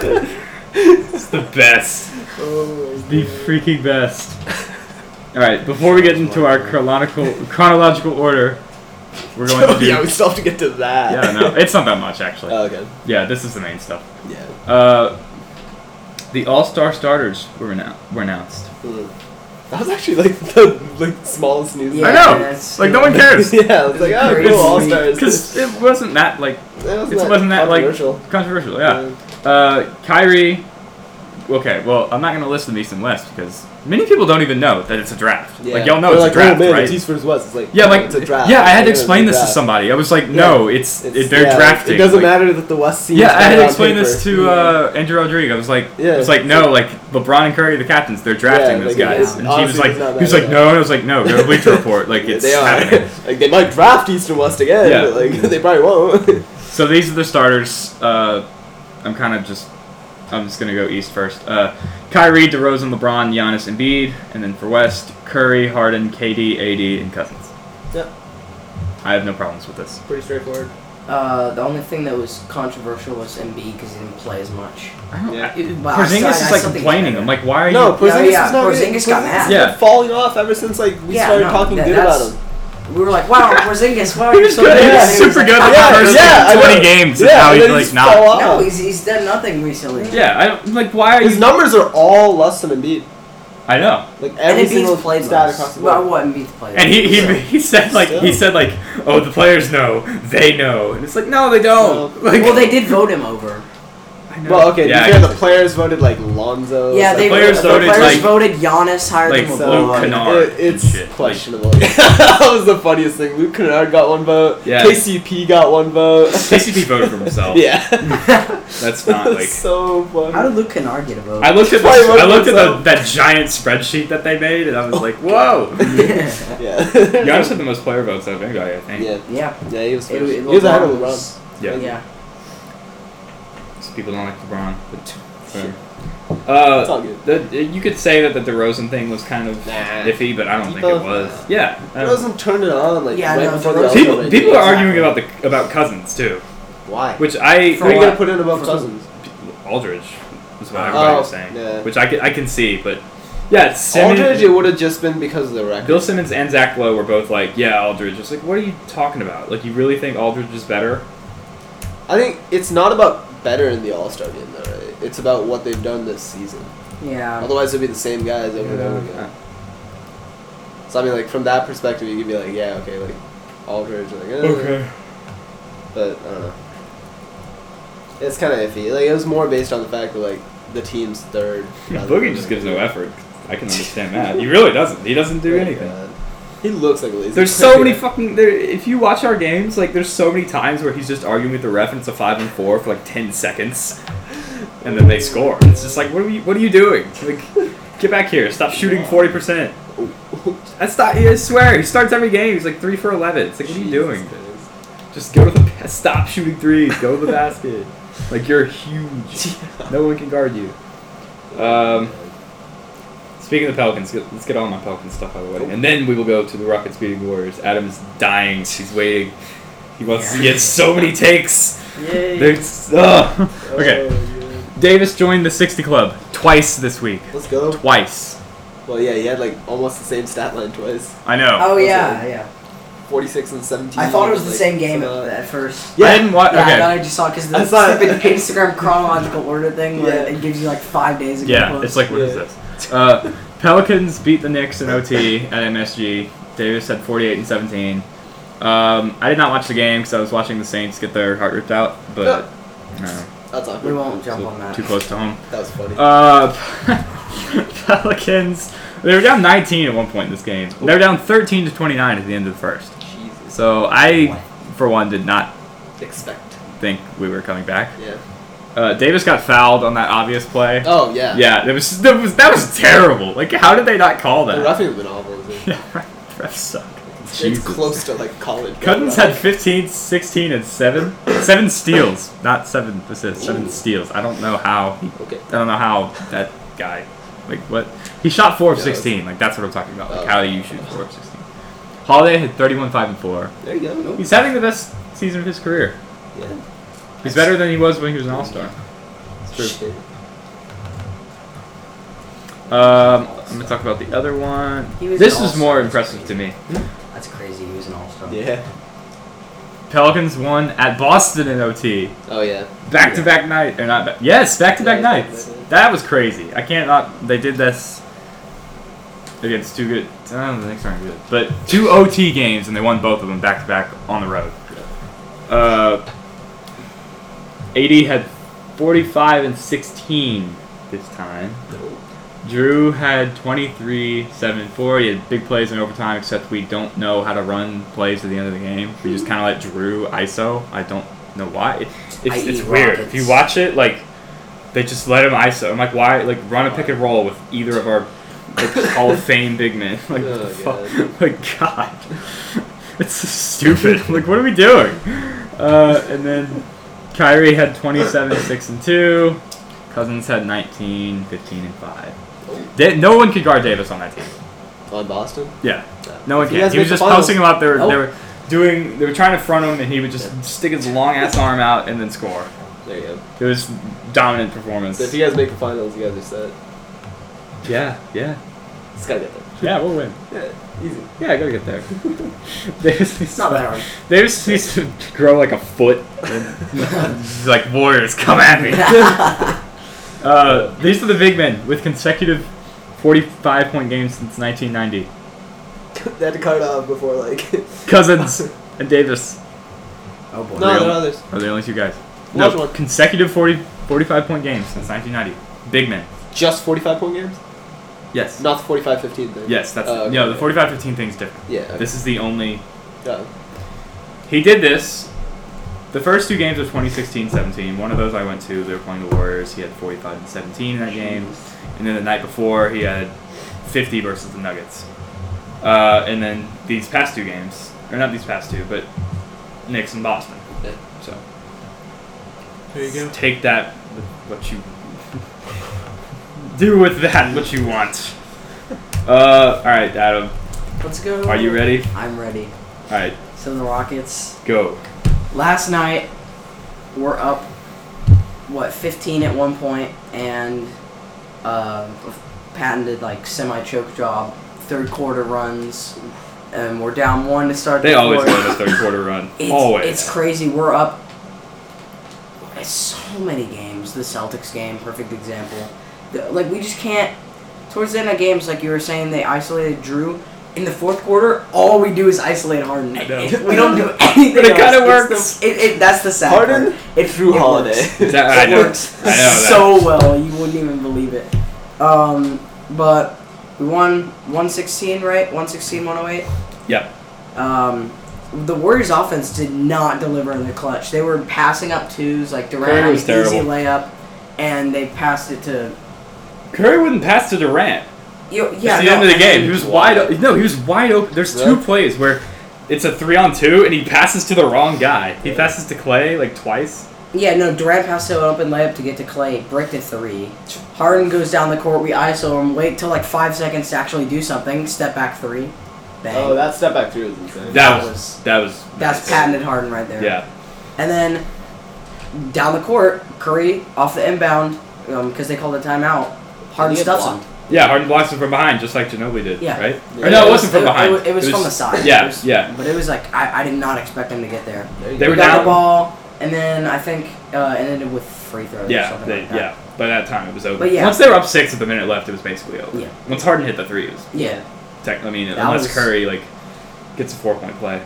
my god. it's the best.
Oh my
The
God.
freaking best. Alright, before we get into our chronological chronological order, we're going to
Oh,
do
yeah, we still have to get to that.
Yeah, no. It's not that much actually.
Uh.
oh, okay.
yeah, this is the main stuff.
Yeah.
Uh the all-star starters were, annou- were announced.
Mm. That was actually like the like smallest news.
Yeah,
I know.
that's-
like no one cares.
yeah, I was like, oh,
Crazy.
cool, all stars.
Because it wasn't that like
It wasn't
it wasn't that like
controversial.
controversial. Yeah. Uh, Kyrie, okay, well, I'm not gonna list them East and West because many people don't even know that it's a draft.
Yeah.
Like y'all know
They're
it's
like,
a draft,
oh man,
right?
it's East versus West. It's like,
yeah, like
it's a draft.
yeah, I had to
Yeah,
explain
it's a
this to
draft.
somebody. I was like, no, it's,
It's-
they're
yeah,
drafting.
It doesn't
like-
matter that the West seed.
Yeah,
is
I had
better
to
on
explain this
paper.
to uh, Andrew Rodriguez. I was like,
Yeah.
it's like no, like LeBron and Curry, the captains, they're drafting
Yeah,
those
like,
guys,
it's-
and she
honestly,
was like,
it's not
he was
that
like
bad.
no, and I was like no, go to Bleacher Report, like it's
they are.
happening.
like they might draft East and West again,
Yeah.
but like they probably won't.
So these are the starters. Uh, I'm kind of just, I'm just gonna go East first. Uh, Kyrie, DeRozan, LeBron, Giannis, Embiid, and then for West, Curry, Harden, KD, AD, and Cousins.
Yep.
I have no problems with this.
Pretty straightforward.
Uh, the only thing that was controversial was MB because he didn't play as much.
I don't.
Yeah.
Yeah.
It- but outside-
Porzingis is
I
like
still think
complaining.
he's
I'm like, why are
No,
you?
Porzingis
No, yeah,
is not good.
Porzingis got mad.
has been
Yeah.
falling off ever since like we
Yeah,
started
no,
talking
that-
good about
that's-
him.
better. We were like, wow, Porzingis, wow,
He
you're
was
so
good.
good.
He
Yeah,
was
And then
super
like,
good
"Ah,
the
Yeah,
first
yeah, I know.
20 games, and
Yeah,
now
and
he's
then he
like
just fell
not.
off.
No, he's, he's done nothing recently.
Yeah, I don't, like why are
His
you?
numbers are all less than Embiid.
I know.
Like
And
every single
Embiid's played
stat
less.
across the
Well,
board.
what Embiid's played?
And he, he, he said like he said like oh the players know they know and it's like no they don't
No.
like
well, they did vote him over.
I know.
Well, okay.
Yeah,
to be fair,
I-
the players voted like Lonzo.
yeah,
like,
they
players
the
voted,
players
like-
voted Giannis higher
like,
than
so-
So,
Luke
LeBron.
Kennard
it- it's
and shit, like-
questionable. that was the funniest thing. Luke Kennard got one vote.
Yeah.
KCP got one vote.
KCP voted for himself.
yeah.
That's not like
so funny.
How did Luke Kennard get a vote?
I looked at the,
Probably voted
I looked at the,
himself.
that giant spreadsheet that they made and I was like whoa.
yeah.
Giannis had the most player votes out of anybody I think.
yeah.
yeah,
Yeah, he was.
it, it
he was ahead of LeBron.
was-
Yeah.
Yeah,
Just People don't like LeBron, but
Sure. It's
uh,
all good.
the, you could say that the DeRozan thing was kind of
Nah.
iffy, but I don't think it
Both-
was. Yeah. I don't-
DeRozan turned it on like
Yeah, I
right
know,
before
DeRozan-
the
People,
All-Star
people
break.
are arguing about the about cousins too,
why.
which I
For
Who are you
what?
gonna put in above
For-
Cousins?
Aldridge is what everybody
Oh,
was saying,
yeah.
which I can, I can see, but yeah, it's Simmons,
Aldridge, it would have just been because of the record.
Bill Simmons and Zach Lowe were both like, yeah, Aldridge. It's like, what are you talking about? Like, you really think Aldridge is better?
I think it's not about better in the All Star game though. Right? It's about what they've done this season.
yeah.
Otherwise, it'd be the same guys over and over
Yeah.
again. So I mean, like from that perspective, you could be like, yeah, okay, like Aldridge, like eh, but I don't know. It's kind of iffy. Like it was more based on the fact that like the team's third. rather
Boogie
than-
just gives no effort. I can understand that. He really doesn't. He doesn't do
Oh,
anything.
God. He looks like a lazy.
There's so many fucking. There, if you watch our games, like there's so many times where he's just arguing with the ref, and it's a five and four for like ten seconds, and then they score. It's just like, what are you? What are you doing? Like, get back here! Stop shooting forty percent. That's not. I swear, he starts every game. He's like three for eleven. It's like, what are you doing? Just go to the. ba- Stop shooting threes. Go to the basket. Like you're huge. No one can guard you. Um, Speaking of the Pelicans, get- let's get all my Pelican stuff out of the way. And then we will go to the Rockets beating the Warriors. Adam is dying. He's waiting. He wants to get so many takes. There's, ugh.
Oh,
Okay. Davis joined the 60 Club twice this week.
Let's go.
Twice.
Well, yeah, he had like almost the same stat line twice.
I know.
Oh
Was
yeah,
it-
yeah.
46 and 17.
I thought it was the
like, uh,
same game
something
at,
like that.
at first.
I didn't watch.
Yeah, I thought
Okay.
I just saw because
I
the
saw it.
stupid Instagram chronological order thing where
Yeah.
it gives you like five days ago.
Yeah, it's like, what is
Yeah.
this? Uh, Pelicans beat the Knicks in OT at MSG. Davis had 48 and 17. Um, I did not watch the game because I was watching the Saints get their heart ripped out, but. No.
That's
we
awkward.
won't jump on that.
Too close to home.
That was funny.
Uh, Pelicans. They were down 19 at one point in this game. They were down 13 to 29 at the end of the first.
Jesus.
So I, for one, did not
Expect.
think we were coming back.
Yeah.
Uh, Davis got fouled on that obvious play.
Oh, yeah.
Yeah, that was that was that was terrible. Like, how did they not call
The
that?
roughing has been awful. Isn't it?
Yeah, refs suck.
It's
Jesus.
close to like college.
Cousins had 15, 16, and seven, seven steals, not seven assists, seven steals. I don't know how. He,
Okay.
I don't know how that guy, like what he shot four of
Yeah, that's-
sixteen. Like that's what I'm talking about. Like
Oh.
how do you shoot four of sixteen? Holiday had 31, five and four.
There you go.
He's having the best season of his career.
Yeah.
He's better than he was when he was an All Star. It's true.
Shit.
Um, I'm gonna talk about the other one.
He was
This
an
is
all-star.
more impressive to me.
That's crazy. He was an all star.
Yeah.
Pelicans won at Boston in OT.
Oh, yeah.
Back to back night or not? Back, yes, back to back
Yeah, back-to-back
nights.
nights.
That was crazy. I can't not. They did this against two good. I don't know, the Knicks aren't good, but two OT games and they won both of them back to back on the road. Uh, AD had forty five and sixteen this time. Drew had 23 7 4. He had big plays in overtime, except we don't know how to run plays at the end of the game. We
Hmm.
just kind of let Drew ISO. I don't know why. It-
I
It's, it's
eat
weird.
rockets.
If you watch it, like, they just let him ISO. I'm like, why? Like, run a pick and roll with either of our like, Hall of Fame big men. Like, what the
Oh,
fuck? Like, God. It's so stupid. like, what are we doing? Uh, and then Kyrie had 27, 6, and 2. Cousins had 19, 15, and 5. Da- no one could guard Davis on that team.
On Boston?
Yeah. No one
If you
can.
guys
He was
make the
just posting him up. They were,
Nope.
they were doing, they were trying to front him, and he would just stick his long ass arm out and then score.
There you go.
It was dominant performance.
So if you guys make the finals, you guys are set.
Yeah, yeah.
It's gotta get there.
Yeah, we'll win.
Yeah, easy.
Yeah, I gotta get there. Davis needs
It's not
to-
that hard.
Davis needs to grow like a foot. He's like, Warriors, come at me. Uh, these are the big men with consecutive 45 point games since 1990.
they had to cut it off before like.
Cousins and Davis
Oh boy.
No,
Real.
there are others.
are the only two guys.
Watch
No,
one.
consecutive 40, 45 point games since 1990. Big men.
Just 45 point games?
Yes.
Not the 45 15 thing.
Yes, that's
Oh, okay,
no. The
okay.
45 15 thing's different.
Yeah. Okay.
This is the only
Yeah.
He did this. The first two games of 2016-17, one of those I went to, they were playing the Warriors. He had 45 and 17 in that game. And then the night before, he had 50 versus the Nuggets. Uh, and then these past two games, or not these past two, but Knicks and Boston.
Yeah.
So take that with what you do with that what you want. Uh, all right, Adam,
Let's go.
are you ready?
I'm ready.
All right,
So the Rockets
go.
last night were up what 15 at one point and uh, patented like semi choke job third quarter runs and we're down one to start
They
the
always
quarter.
go to third quarter run.
It's,
always.
It's crazy. We're up at so many games. The Celtics game, perfect example. The- like, we just can't. Towards the end of games, like you were saying, they isolated Drew. In the fourth quarter, all we do is isolate Harden.
I know.
It- we don't do anything.
But it
else.
kinda
It's the-
works.
it, it, that's the sad
Harden
part. It
Drew
it
Holiday.
works.
Is that- I
It
know.
works
I know that.
so well. You wouldn't even believe it. Um, but we won 116, right? 116, 108.
yeah.
Um, the Warriors' offense did not deliver in the clutch. They were passing up twos, like Durant
Curry
had an
was
easy
terrible.
layup, and they passed it to.
Curry wouldn't pass to Durant.
You,
Yeah,
yeah,
it's the
no,
end of the game. He
and-
was wide. o- No, he was wide open. There's two
Really?
plays where it's a three on two, and he passes to the wrong guy. He passes to Clay like twice.
Yeah, no, Durant passed to an open layup to get to Clay, bricked a three. Harden goes down the court, we ISO him, wait till like five seconds to actually do something, step back three, bang.
oh, that step back through is insane.
That was
was-
that was
That's patented Harden right there.
yeah.
And then down the court, Curry off the inbound, because they called a timeout. Harden
he had
stuffs him.
blocked.
Yeah, Harden blocks him from behind, just like Ginobili did.
Yeah.
Right.
Yeah.
Or no, it,
It
wasn't from
it,
behind.
It, wa- it was from the side.
Yeah,
It was-
yeah.
But it was like I, I did not expect them to get there.
There you
They
go.
We
were
got
down.
the ball, and then I think uh, it ended with free throws. or
Yeah,
something
they,
like that.
yeah. By that time, it was over.
But yeah.
Once they were up six with a minute left, it was basically over.
Yeah.
Once Harden hit the three, it was
yeah.
Tech, I mean,
That
unless
was-
Curry like gets a four point play.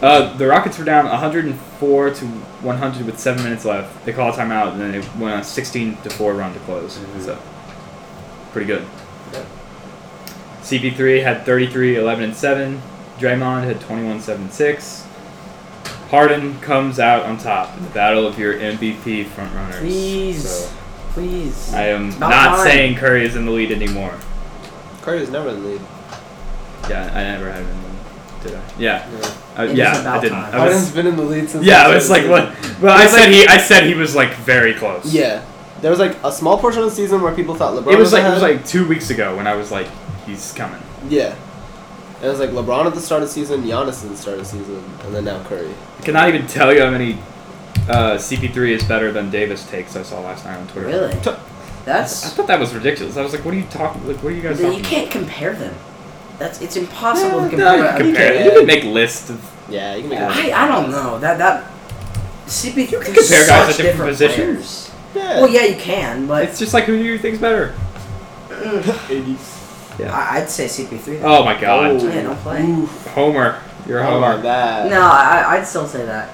Uh, the Rockets were down 104 to 100 with seven minutes left. They call a timeout and then they went on a 16 to four run to close.
Mm-hmm.
So pretty good.
Yeah.
CP3 had 33, 11, and seven. Draymond had 21, 7, 6. Harden comes out on top in the battle of your MVP frontrunners.
Please,
So,
please.
I am
About
not
time.
saying Curry is in the lead anymore.
Curry's never in the lead.
Yeah, I never had him in the lead, did I? Yeah.
No.
Uh,
It is
yeah,
about
I didn't.
time.
I
Harden's
was,
been in the lead since.
yeah,
the
I was like,
season.
what? Well, I
It's
said
like-
he. I said he was like very close.
Yeah, there was like a small portion of the season where people thought LeBron.
It was like it
ahead.
was like two weeks ago when I was like, he's coming.
yeah.
It was like LeBron at the start of the season, Giannis at the start of the season, and then now Curry.
I cannot even tell you how many uh, CP3 is better than Davis takes I saw last night on Twitter.
really.
Tuh.
I
That's
thought that was ridiculous. I was like, what are you talking? Like, what are you guys talking?
you can't compare them. That's it's impossible to
about?
compare.
No, you
I-
can compare.
I-
You can make lists. Of,
Yeah, you can make it.
I, I don't know that that CP. You
can compare guys at different positions.
Yeah.
Well, yeah, you can, but
it's just like who you think's better.
I, I'd say CP3. then.
Oh my god,
Oh. Yeah, don't play.
Oof.
Homer, you're
Oh
How about
Homer.
that?
No, I, I'd still say that.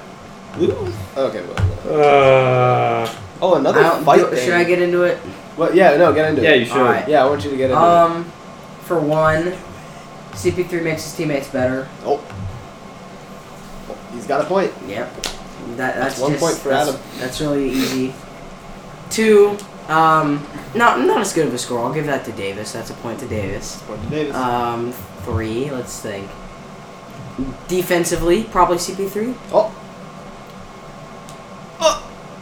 Oof. Okay, well.
Uh,
Oh, another
I don't-
fight
do-
thing.
should I get into it?
What? Yeah, no, get into
Yeah,
it.
you should.
Alright.
Yeah, I want you to get into it.
Um, for one, CP3 makes his teammates better.
Oh. He's got a point.
Yep. That, that's
one
just,
point for
that's,
Adam.
That's really easy. Two, um, not not as good of a score. I'll give that to Davis. That's a point to Davis.
Point to Davis.
Um, three. Let's think. Defensively, probably CP3.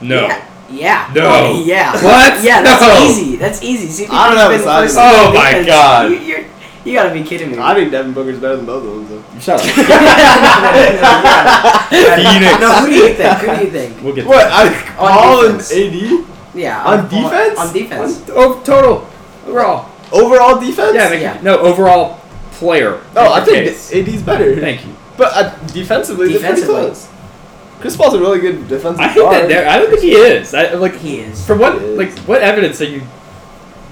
No.
Yeah. yeah.
No.
Oh, yeah.
What?
Yeah, that's
No.
easy. That's easy. CP3
I don't know
been the
besides
first
that.
line
Oh,
of
my
defense.
God.
You, you're, you gotta be kidding me.
I think Devin Booker's better than both of them.
Shut up.
Yeah.
Phoenix.
No, who do you think? Who do you think?
We'll get
What?
to
I,
On
all in
defense.
AD?
Yeah.
On
I'll- I'll-
defense?
On defense.
that. Oh, total. Overall.
Overall defense?
Yeah, make-
Yeah.
No, overall player.
No, Oh, I
Your
think
case.
AD's better.
Thank you.
But uh, defensively,
Defensively.
they're pretty close. Chris Paul's a really good defensive
I think that
guard.
there. I don't think he is. I like.
He is.
From what
Is.
like what evidence are you?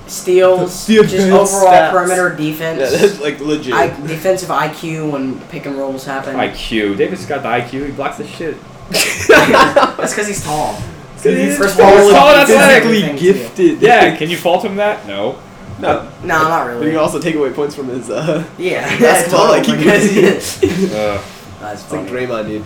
steals,
Steal
just
good
overall
stats.
perimeter
Yeah,
defense,
that's like legit.
I, defensive IQ when pick and rolls happen.
IQ. Davis got the IQ. He blocks the shit.
That's because he's tall.
He's
First
of all,
tall
tall
and
and athletic.
physically gifted.
Yeah. Can you fault him that? No. Uh,
No.
No, not
But you
really.
can also take away points from his uh,
yeah,
basketball. Like he
that's
guys, it's
Uh,
That's
like
funny.
Draymond, dude.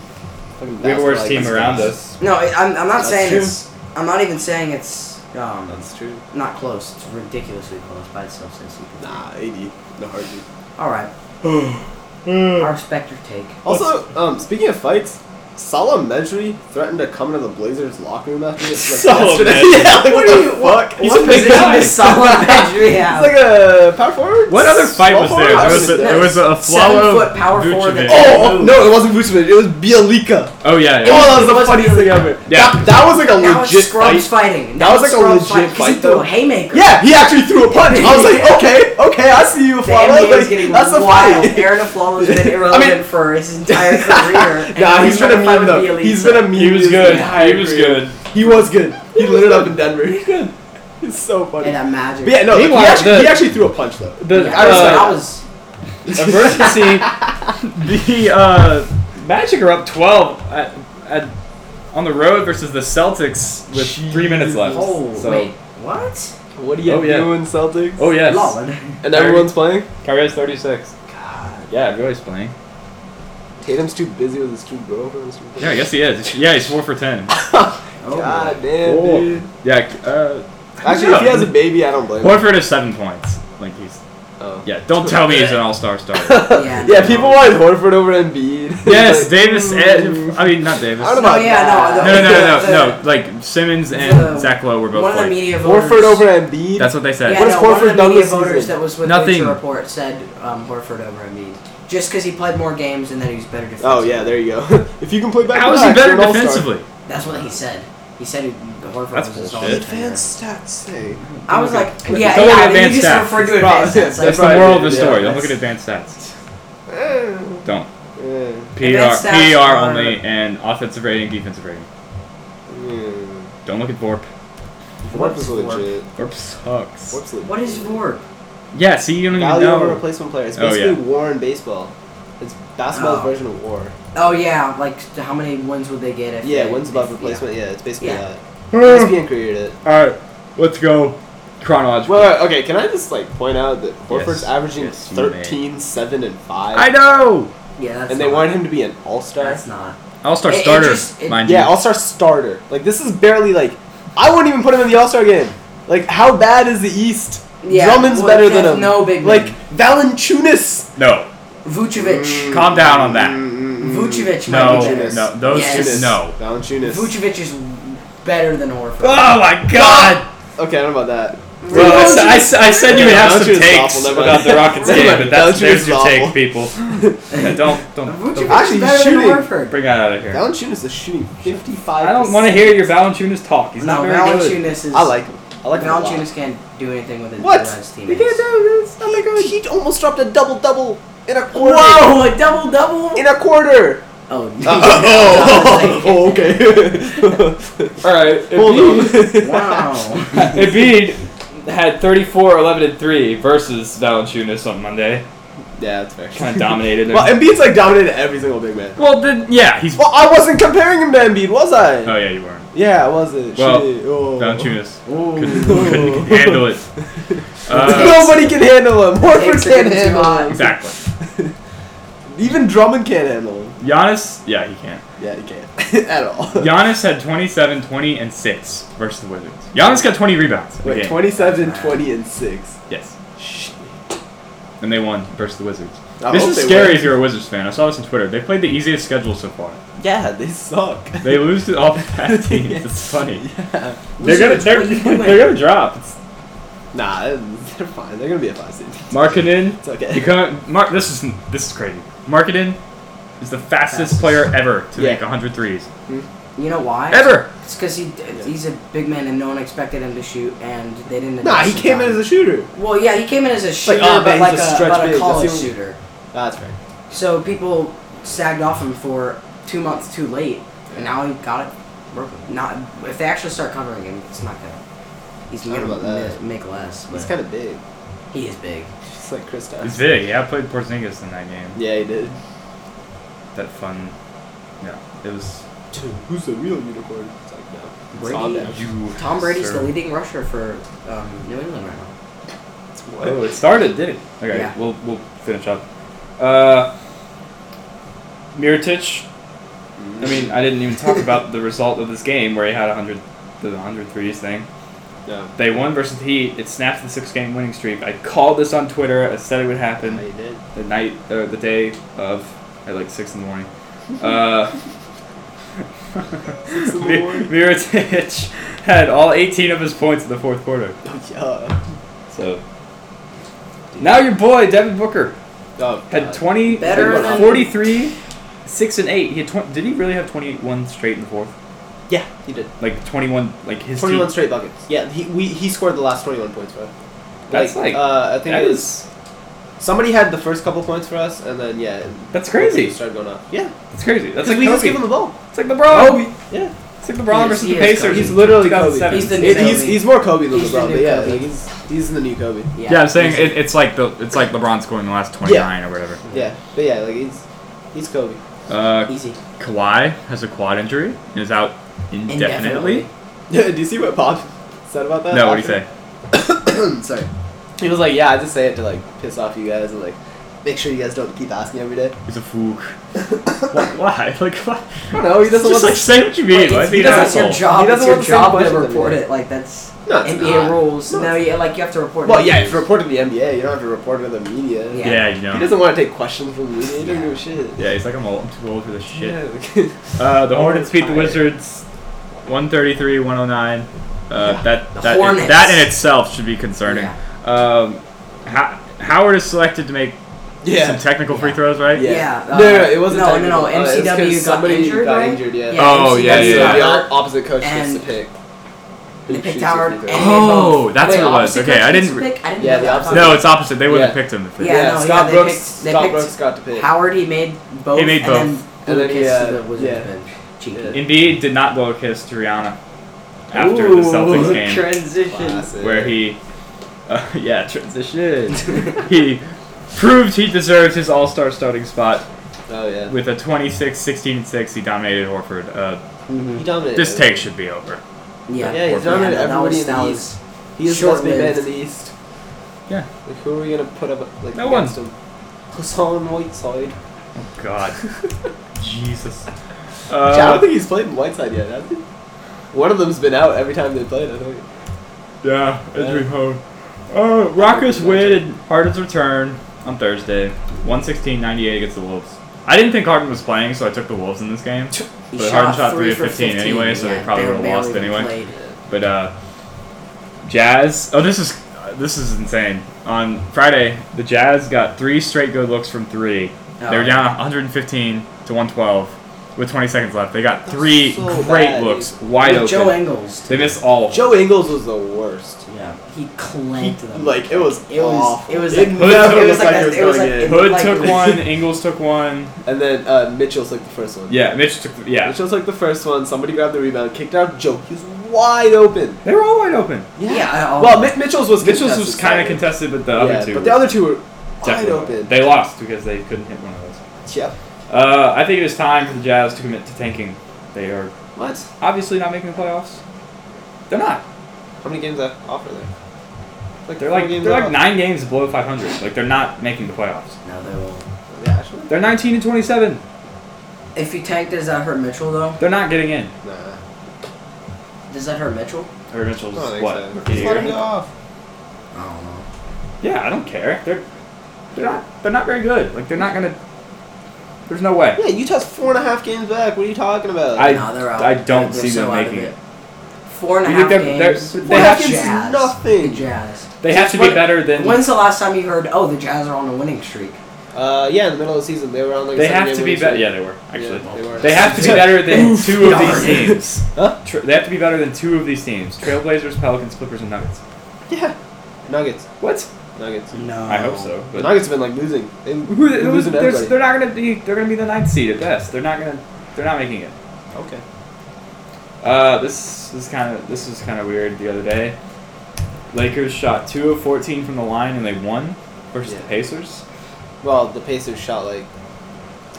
Fucking
we have a
basketball,
worse
like,
team
that's-
around us.
No, I- I'm, I'm not
That's
saying
true.
it's. I'm not even saying it's um,
That's true.
not close. It's ridiculously close by itself. Says he.
Nah, AD, no heartbeat.
All right, I
Uh,
respect your take.
Also, um, speaking of fights, Salah Mejri threatened to come into the Blazers locker room after this. Like,
Salah
yesterday.
Mejri.
yeah, like, what,
do
the
you-
fuck?
He's
what
a big
position
guy.
does Solomon Pedri
He's
have?
like a power forward.
what other fight
Small
was
forward?
there? There
I
was a,
don't
there was a
Seven
flow
foot power forward that-
Oh, oh, no, it wasn't Vucevic. It was Bielika.
Oh yeah.
Oh,
yeah.
that was
It
the
was
funniest thing
Bjelica.
ever.
Yeah.
That, that was like a
That was
legit
scrubs
fight.
fighting.
That was like a
scrubs
legit
fight, 'cause
fight,
He threw
though.
a haymaker.
Yeah, he actually threw a punch. I was like, okay, okay, I see you,
The
Flawless.
NBA is
Like,
getting
that's the
wild.
fight.
Aaron Aflalo's been irrelevant for his entire career. and
nah,
now
he's been a
trying to fight
meme
with
though.
Bielitsa.
He's been a meme.
He was
his
good.
entire
He was
career.
good.
He was good. He lit it up in Denver.
He was good.
It's so funny.
And a magic.
But yeah, no, he
Meanwhile,
actually,
the-
he actually threw a punch though.
The
Yeah,
I was
uh,
like,
I was.
emergency. the uh, Magic are up twelve at, at, on the road versus the Celtics with three minutes left.
Oh
so,
wait, what?
What are you
Oh, yeah.
doing, Celtics?
Oh yes.
Lol.
And everyone's playing.
Kyrie's thirty six. Yeah, everybody's playing.
Tatum's too busy with his two girlfriends.
Yeah, I guess he is. Yeah, he's four for ten.
Oh,
God damn,
Cool.
dude.
Yeah. Uh,
Actually, if he has a baby, I don't blame him.
Horford has seven points. Like he's
Oh.
yeah. Don't tell me he's an all star starter.
Yeah.
Yeah, people wanted Horford over Embiid.
yes,
Like,
Davis. And, I mean, not Davis.
I
No,
don't
no,
know.
No, yeah, no,
no, no,
The-
no. Like Simmons
the-
and Zach Lowe were both.
One of the
like-
media voters.
Horford over Embiid.
That's what they said.
Yeah,
What has
no, one of
Horford
the
done
media
this
voters
season?
that was with
Nothing.
Bleacher Report said um, Horford over Embiid, just because he played more games and that he was better defensively.
Oh yeah, there you go. if you can play back,
How is he better defensively?
That's what he said. He said he, Horford
That's
was his
bullshit.
all-time
Advanced stats say.
player. I was like, yeah,
It's
yeah,
only
I mean,
advanced
you
stats.
just referred to
It's probably-
advanced stats. Like,
That's the
Right,
moral of the
yeah,
story. Don't
that's-
look at advanced stats.
Eh,
Don't.
eh,
PR,
Advanced stats
PR
are-
only and offensive rating, defensive rating.
mm.
Don't look at Vorp.
Warp is
Warp.
legit.
Vorp sucks.
Warp's legit.
What is Vorp?
Yeah, see, you don't even
Value over
know.
replacement player. It's
Oh,
basically
yeah.
war in baseball. It's basketball's
Oh.
version of war.
Oh yeah, like t- how many wins would they get if?
Yeah,
they,
wins above
if-
replacement. Yeah, it's basically
Yeah.
that.
All
ESPN created it.
right, Ah, let's go chronological.
Well, wait, okay. Can I just like point out that Horford's
Yes.
averaging
Yes, you may.
13, 7, and five,
I know.
Yeah, yeah that's
and they
not,
wanted him to be an all-star.
That's not.
All star
It- it
starter,
just- it-
mind
Yeah,
you.
all-star starter. Like this is barely like. I wouldn't even put him in the all-star game. Like how bad is the East?
Yeah,
Drummond's
well,
better
there's
than him.
No big
Like
man.
Valanchunas.
No,
Vucevic.
Mm,
Mm,
calm down on that.
Vucevic
No,
might be better.
no, those
yes.
two- no.
Mm-hmm. Valanciunas.
Vucevic is better than Horford.
Ah!
Oh my God!
Okay, I don't know about that.
Bro, I, s- I s- I said you would have
Valanciunas
some
is
takes
awful, never
about
mind.
the Rockets game, but that's
Valanciunas
there's
is
your take,
awful.
people. Yeah, don't don't,
Vucevic
don't
Actually,
is
he's
better
shooting.
than Horford.
bring that out of here.
Valanciunas is shooting 55.
I don't want to hear your Valanciunas talk. He's
No,
not very good.
Valanciunas is.
I like him. I like him. a lot.
Valanciunas can't do anything with his
What?
with his
He
teammates.
can't do this. Oh Not that good. He almost dropped a double double in a quarter.
Whoa, a double double.
In a quarter.
Oh,
Uh, oh,
no.
okay.
All right,
Hold on.
wow.
Embiid had 34, 11, and 3 versus Valanciunas on Monday.
Yeah, that's fair.
Kind of dominated.
well, Embiid's like dominated every single big man.
well, then yeah, he's.
Well, I wasn't comparing him to Embiid, was I?
Oh yeah, you were.
Yeah, I wasn't.
Well,
Shit. Oh.
Valanciunas
Oh.
couldn't, couldn't handle it. Uh,
Nobody can handle him. Horford
Takes it
can't
into
handle him.
mind.
exactly.
Even Drummond can't handle him.
Giannis, yeah, he can't.
Yeah, he can't at all.
Giannis had 27, 20, and 6 versus the Wizards. Giannis got 20 rebounds. in the
Wait,
game.
27, 20, and six.
Yes.
Shit.
And they won versus the Wizards.
I
this
hope
is
they
scary
win.
if you're a Wizards fan. I saw this on Twitter. They played the easiest schedule so far.
Yeah, they suck.
They lose to all the bad teams. It's funny.
Yeah.
They're gonna
Wizards,
they're,
what are you doing?
they're gonna drop. It's
Nah, they're fine. They're gonna be a five seed.
Markkinen.
It's okay.
You can't- Mar- this is this is crazy. Markkinen is the fastest
Fastest.
player ever to
Yeah.
make 100 threes.
You know why?
Ever.
It's because he he's a big man and no one expected him to shoot, and they didn't.
Nah, he
adjust in
came in
time.
as a shooter.
Well, yeah, he came in as a shooter,
like, oh,
but
man,
like
he's a
a,
stretch
but
big,
a
that's
college
the only-
shooter.
That's fair.
So people sagged off him for two months too late, and now he got it. broken. Not if they actually start covering him, it's not gonna. He's
I
gonna
don't know about that.
mi- make less.
He's
But
kind of big.
he is big.
Just like Chris
It's big. Yeah, I played Porzingis in that game.
Yeah, he did.
That fun. Yeah, it was.
Dude, who's the real unicorn? It's like, no. It's
Brady.
Tom Brady.
You,
Tom Brady's
sir.
the leading rusher for um, New England right now.
It's
Oh,
what?
it started, did it? Okay,
Yeah.
we'll we'll finish up. Uh, Miritich. I
Mm-hmm.
mean, I didn't even talk about the result of this game where he had 100 the 100 threes thing.
No.
They won versus the Heat. It snapped the six game winning streak. I called this on Twitter. I said it would
Yeah,
happen
he did.
the night or the day of at like six in the morning. Uh,
Six in the morning.
Miritich had all 18 of his points in the fourth quarter.
Oh, yeah.
So now your boy Devin Booker
Oh,
had
God.
20,
Better
like,
than-
43, 6 and 8. He had 20, did he really have 21 straight in the fourth?
Yeah, he did.
Like 21 like his
21
team.
straight buckets. Yeah, he we, he scored the last 21 points for us.
That's like-
uh, I think
That
it was
is
somebody had the first couple points for us, and then yeah, and
that's crazy.
it started going up. Yeah,
That's crazy. That's
because
like
we just
Kobe. Oh,
give him the ball.
It's like LeBron.
Kobe. Yeah,
It's like LeBron
He is-
versus
he
the
is
Pacers.
Kobe.
he's literally Kobe.
2007.
He's the new
It- he's,
Kobe.
he's more Kobe than
He's the
LeBron,
new
but yeah,
Kobe.
like, he's he's the new Kobe.
yeah. I'm saying it, it's like the it's like LeBron scoring the last 29 or whatever.
Yeah, but yeah, like he's he's Kobe.
Uh,
Easy.
Kawhi has a quad injury and is out indefinitely.
Indefinitely.
Yeah, do you see what Pop said about that?
No, what do you
after?
say?
Sorry, he was like, yeah, I just say it to like piss off you guys and like make sure you guys don't keep asking every day.
He's a fool. Why? why? Like why?
I don't know. He doesn't
Just
want
like
to.
say what you mean.
Like,
Why
it's,
be an
because it's your
asshole?
job.
He doesn't
It's your
want the same
job to
question to
report
me.
it. Like that's
No, it's
NBA
not.
rules.
No,
No, yeah, like you have to report.
Well,
it.
yeah, if you report to the NBA, you don't have to report to the media.
Yeah.
Yeah, you
He
know.
doesn't want to take questions from the media. He doesn't give a shit.
Yeah, he's like I'm old. I'm too old for this shit.
Yeah, like-
Uh, the
Oh,
Hornets beat the
tired.
Wizards 133 109. Uh,
Yeah.
That
The
that,
Hornets.
that in itself should be concerning.
Yeah.
Um, Ho- Howard is selected to make
Yeah.
some technical free
Yeah.
throws, right?
Yeah,
no,
uh,
no, no, it wasn't.
no, no,
technical.
no,
Uh, it's 'cause
MCW got
somebody
injured,
Got
right?
injured. Yeah.
Yeah,
Oh,
MCW
yeah,
That's
yeah,
the-
yeah.
The op- opposite coach gets
And-
to pick.
They
Who
picked
shoots
Howard
the free
and
throw.
they both-
Oh, that's what
wait,
it was.
opposite
Okay, I
coach
didn't
gets picked? I didn't
Yeah,
know
the
that.
opposite-
No, it's opposite. They wouldn't
Yeah.
have picked him. If they
Yeah, no, yeah,
Scott
they
Brooks.
picked- they
Scott
picked
Brooks got to pick.
Howard, he made both.
He made
and Then
And then he,
Lucas
uh,
to the Wizards
yeah.
bench. Cheeky.
Yeah.
Embiid did not blow a kiss to Rihanna after the Celtics game,
Transition.
Classic.
where he, uh, yeah, transition. he proved he deserves his All Star starting spot
Oh yeah.
with a 26, 16, 6. He dominated Horford. Uh,
He dominated.
this take should be over.
Mm-hmm. Yeah,
Yeah, he's dominated
that
everybody
was-
in the
that
East.
was-
He is the best big man in the East.
Yeah.
Like who are we gonna put up like
No one.
against him? Hassan Whiteside.
God. Jesus.
Actually, I don't
Uh,
think he's played in Whiteside yet. Has he? One of them's been out every time they played. I think.
yeah,
injury
home. Uh, Rockets win and Harden's return on Thursday. 116-98 against the Wolves. I didn't think Harden was playing, so I took the Wolves in this game.
He
But Harden shot three of
for
15 anyway, so they
yeah,
probably would've
barely
lost
even
anyway.
played.
But uh, Jazz. Oh, this is uh, this is insane. On Friday, the Jazz got three straight good looks from three. they were
Oh.
down 115 to 112 with 20 seconds left. They got three
so
great
bad.
looks wide
With
open.
Joe Ingles.
they missed all. of them.
Joe Ingles was the worst.
Yeah, he
He,
clanked them.
like it was
It was-
awful.
it was
it
like-
it
never
was
looked like
like that-
it was
it was
going
like-
in.
it-
Hood
like-
took one. Ingles took one.
And then uh, Mitchell's like the first one.
Yeah, Mitch took. Yeah,
Mitchell's like the first one. Somebody grabbed the rebound, kicked out Joe. He's wide open.
they were all wide open.
Yeah, I-
well, Mi- Mitchell's was
Mitchell's was
contested,
kind of
so-
contested, but the
yeah,
other two.
But the other two were
Wide open.
They lost because they couldn't hit one of those.
Yep.
Uh, I think it is time for the Jazz to commit to tanking. They are
What?
obviously not making the playoffs. They're not.
How many games left off are there? Like
They're
four
like
games
they're like
off.
nine games below 500. Like they're not making the playoffs.
No, they won't.
Yeah, actually.
They're 19 and 27.
If you tank, does that hurt Mitchell though?
They're not getting in.
Nah.
Does that hurt Mitchell?
Or Mitchell's
I don't
what?
think so.
rookie
Just let
year?
him go off.
I don't know.
Yeah, I don't care. They're they're not they're not very good. Like they're not gonna. There's no way.
Yeah, Utah's four and a half games back. What are you talking about?
I
No, they're out.
I don't
They're
see them
so out of
making
it.
it.
Four and a
You think
half
they're- they're-
games.
they
with
Four and a
have
half
to-
games is
Jazz. The
nothing.
Jazz.
They have to be
When-
better than.
When's the last time you heard? Oh, the Jazz are on a winning streak.
Uh, yeah, in the middle of the season, they were on like.
They
a seven
have to
game
be
winning
better.
streak.
Yeah, they were actually.
Yeah, they were.
They have to be better than two of these
Darn.
teams.
Huh?
Tr- They have to be better than two of these teams: Trailblazers, Pelicans, Clippers, and Nuggets.
Yeah. Nuggets.
What?
Nuggets.
No.
I hope so.
The
But
Nuggets have been like losing. They,
who,
they're
who-
losing
there's-
everybody.
they're not gonna be. They're gonna be the ninth seed at best. They're not gonna. They're not making it.
Okay.
Uh, this is kind of this was kind of weird the other day. Lakers shot two of fourteen from the line and they won versus the
Yeah.
Pacers.
Well, the Pacers shot like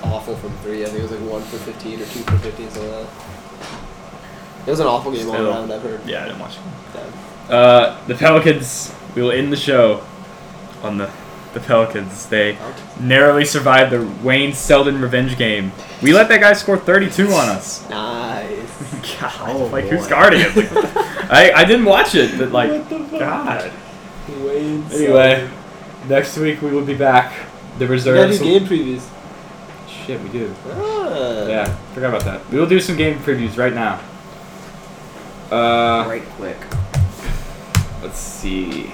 awful from three. I think it was like one for fifteen or two for fifteen, something like that. It was an awful game all
Still.
around. I've heard.
Yeah, I didn't watch.
Yeah.
Uh, the Pelicans. We will end the show on the the Pelicans. They narrowly survived the Wayne Selden revenge game. We let that guy score 32 on us.
Nice.
God,
Oh,
like who's
boy.
guarding him? Like, I I didn't watch it, but like,
What the fuck?
God.
Wayne.
Anyway, next week we will be back. The
Sutter. You gotta
reserves.
do game previews.
Shit, we do.
Ah.
Yeah, forgot about that. We will do some game previews right now. Uh,
Right quick.
let's see.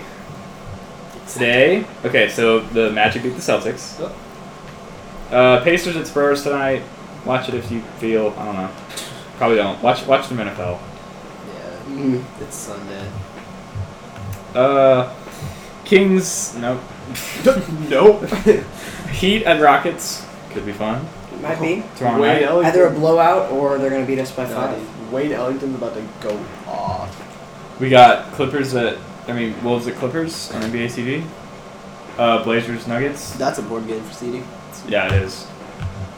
Today, okay, so the Magic beat the Celtics.
Oh.
Uh, Pacers at Spurs tonight. Watch it if you feel. I don't know. Probably don't. Watch watch some NFL.
Yeah.
Mm.
It's Sunday.
Uh, Kings. Nope. nope. Heat and Rockets could be fun
Might be.
tomorrow
Wayne
night.
Ellington.
Either a blowout or they're gonna beat us by
Nah,
five.
dude. Wayne Ellington's about to go off.
We got Clippers at. I mean Wolves at Clippers on NBA TV. Uh, Blazers Nuggets.
That's a board game for seeding.
Yeah, it is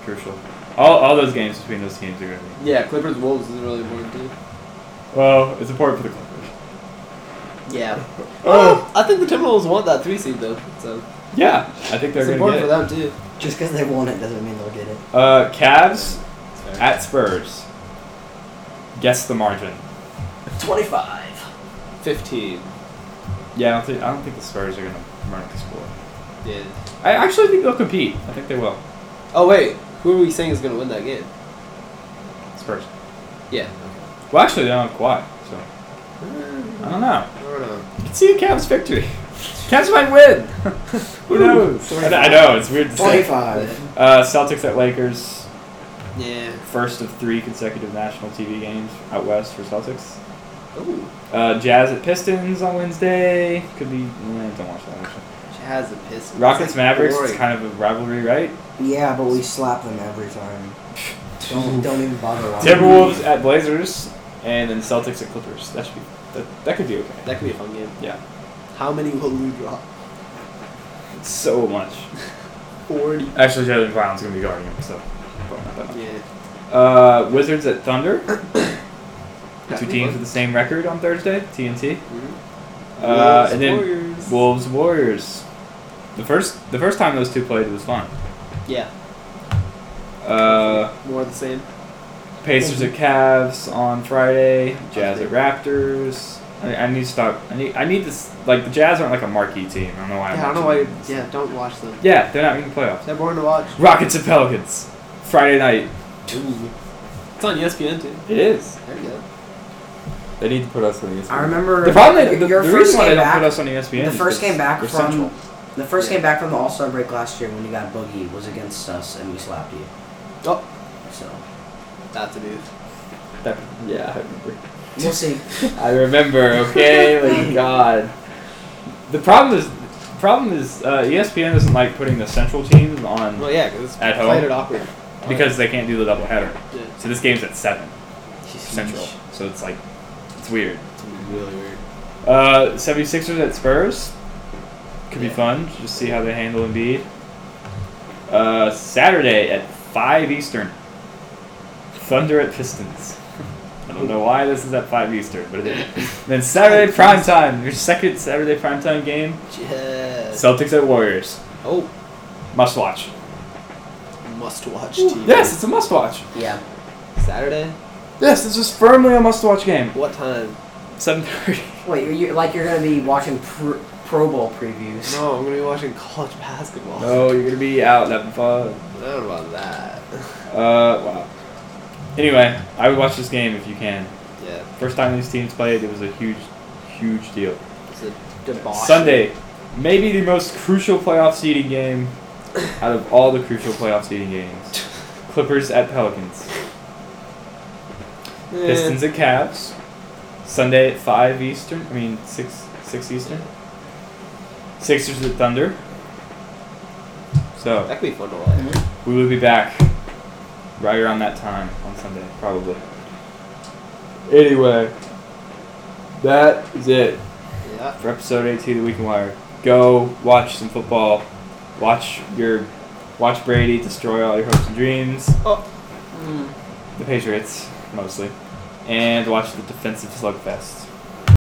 crucial. All, all those games between those teams are going to be.
Yeah, Clippers Wolves is really important too.
Well, it's important for the Clippers.
Yeah.
Oh.
I think the Timberwolves want that three seed though. So
Yeah, I think they're
it's
going
important
to
for
get.
them too.
Just because they won it doesn't mean they'll get it.
It. Uh, Cavs
Sorry.
at Spurs. Guess the margin.
Twenty-five.
15.
Yeah, I don't think I don't think the Spurs are going to run up the score.
Yeah.
I actually think they'll compete. I think they will.
Oh, wait. Who are we saying is going to win that game?
Spurs.
Yeah.
Well, actually, they don't have Kawhi, so I don't know.
I don't know.
I could see a Cavs victory. Cavs might win. Who knows? I, I know it's weird to say.
Twenty-five.
Uh, Celtics at Lakers.
Yeah.
first of three consecutive national TV games out west for Celtics.
Ooh.
Uh, Jazz at Pistons on Wednesday. Could be. eh, don't watch that. Actually.
Jazz and Pistons.
Rockets
That's
Mavericks. It's
boring.
kind of a rivalry, right?
Yeah, but we slap them every time. Don't don't even bother.
Um,
watching.
Timberwolves at Blazers, and then Celtics at Clippers. That should be. That, that could be okay.
That could be a fun game.
Yeah.
How many will Lou drop?
So much.
40.
Actually, Jalen Brown's gonna be guarding him, so. probably not that much.
Yeah.
Uh, Wizards at Thunder. Two
That'd be
teams
fun.
with the same record on Thursday. TNT.
Mhm.
Uh,
Wolves,
and then
Warriors.
Wolves Warriors. The first the first time those two played it was fun.
Yeah.
Uh,
More of the same.
Pacers at Cavs on Friday. Jazz at Raptors. I, I need to stop. I need I need this like the Jazz aren't like a marquee team. I don't know why. I'm
Yeah, I don't know why.
watching
You're,
this.
yeah, don't watch them.
Yeah, they're not making the playoffs.
They're boring to watch.
Rockets at Pelicans. Friday night.
Ooh. It's on E ESPN too.
It is.
There you go.
They need to put us on E ESPN.
I remember
The problem is the,
your
the
first
reason why
game
they don't
back-
put us on E ESPN.
The
is
first
'cause
game back
we're
from
central.
the first
Yeah.
game back from the All Star break last year when you got Boogie was against us and we slapped you.
Oh,
So
that's a move.
That- yeah, I remember.
we'll see.
I remember. Okay, like God. The problem is, the problem is uh, ESPN doesn't like putting the central teams on
Well, yeah, because
Mm. At
played
home?
it awkward.
because they can't do the double header.
Yeah.
So this game's at seven central.
Sheesh.
So it's like, it's weird.
It's really weird.
Uh, 76ers at Spurs. Could be fun. Just see how they handle Embiid. Uh, Saturday at five Eastern. Thunder at Pistons. I don't know why this is at five Eastern, but it is. then Saturday prime time. Your second Saturday prime time game.
Yes.
Celtics at Warriors.
Oh,
Must watch.
must watch TV.
Yes, it's a must watch.
Yeah.
Saturday.
Yes, this is firmly a must watch game.
What time?
Seven thirty.
Wait, you're, you're like you're gonna be watching pr- Pro Bowl previews.
No, I'm gonna be watching college basketball.
No, you're gonna be out having fun.
I don't know about that.
Uh, wow. Anyway, I would watch this game if you can.
yeah,
First time these teams played, it was a huge, huge deal.
it's a debauchery.
Sunday, maybe the most crucial playoff seeding game out of all the crucial playoff seeding games. Clippers at Pelicans.
Eh,
Pistons at Cavs. Sunday at five Eastern. I mean six six Eastern. Sixers at Thunder. So
That could be fun to watch.
we will be back right around that time on Sunday, probably. Anyway, that is it
Yeah.
for episode 18 of the Weekend Wire. Go watch some football. Watch your watch Brady destroy all your hopes and dreams.
Mm.
The Patriots, mostly. And watch the defensive slugfest.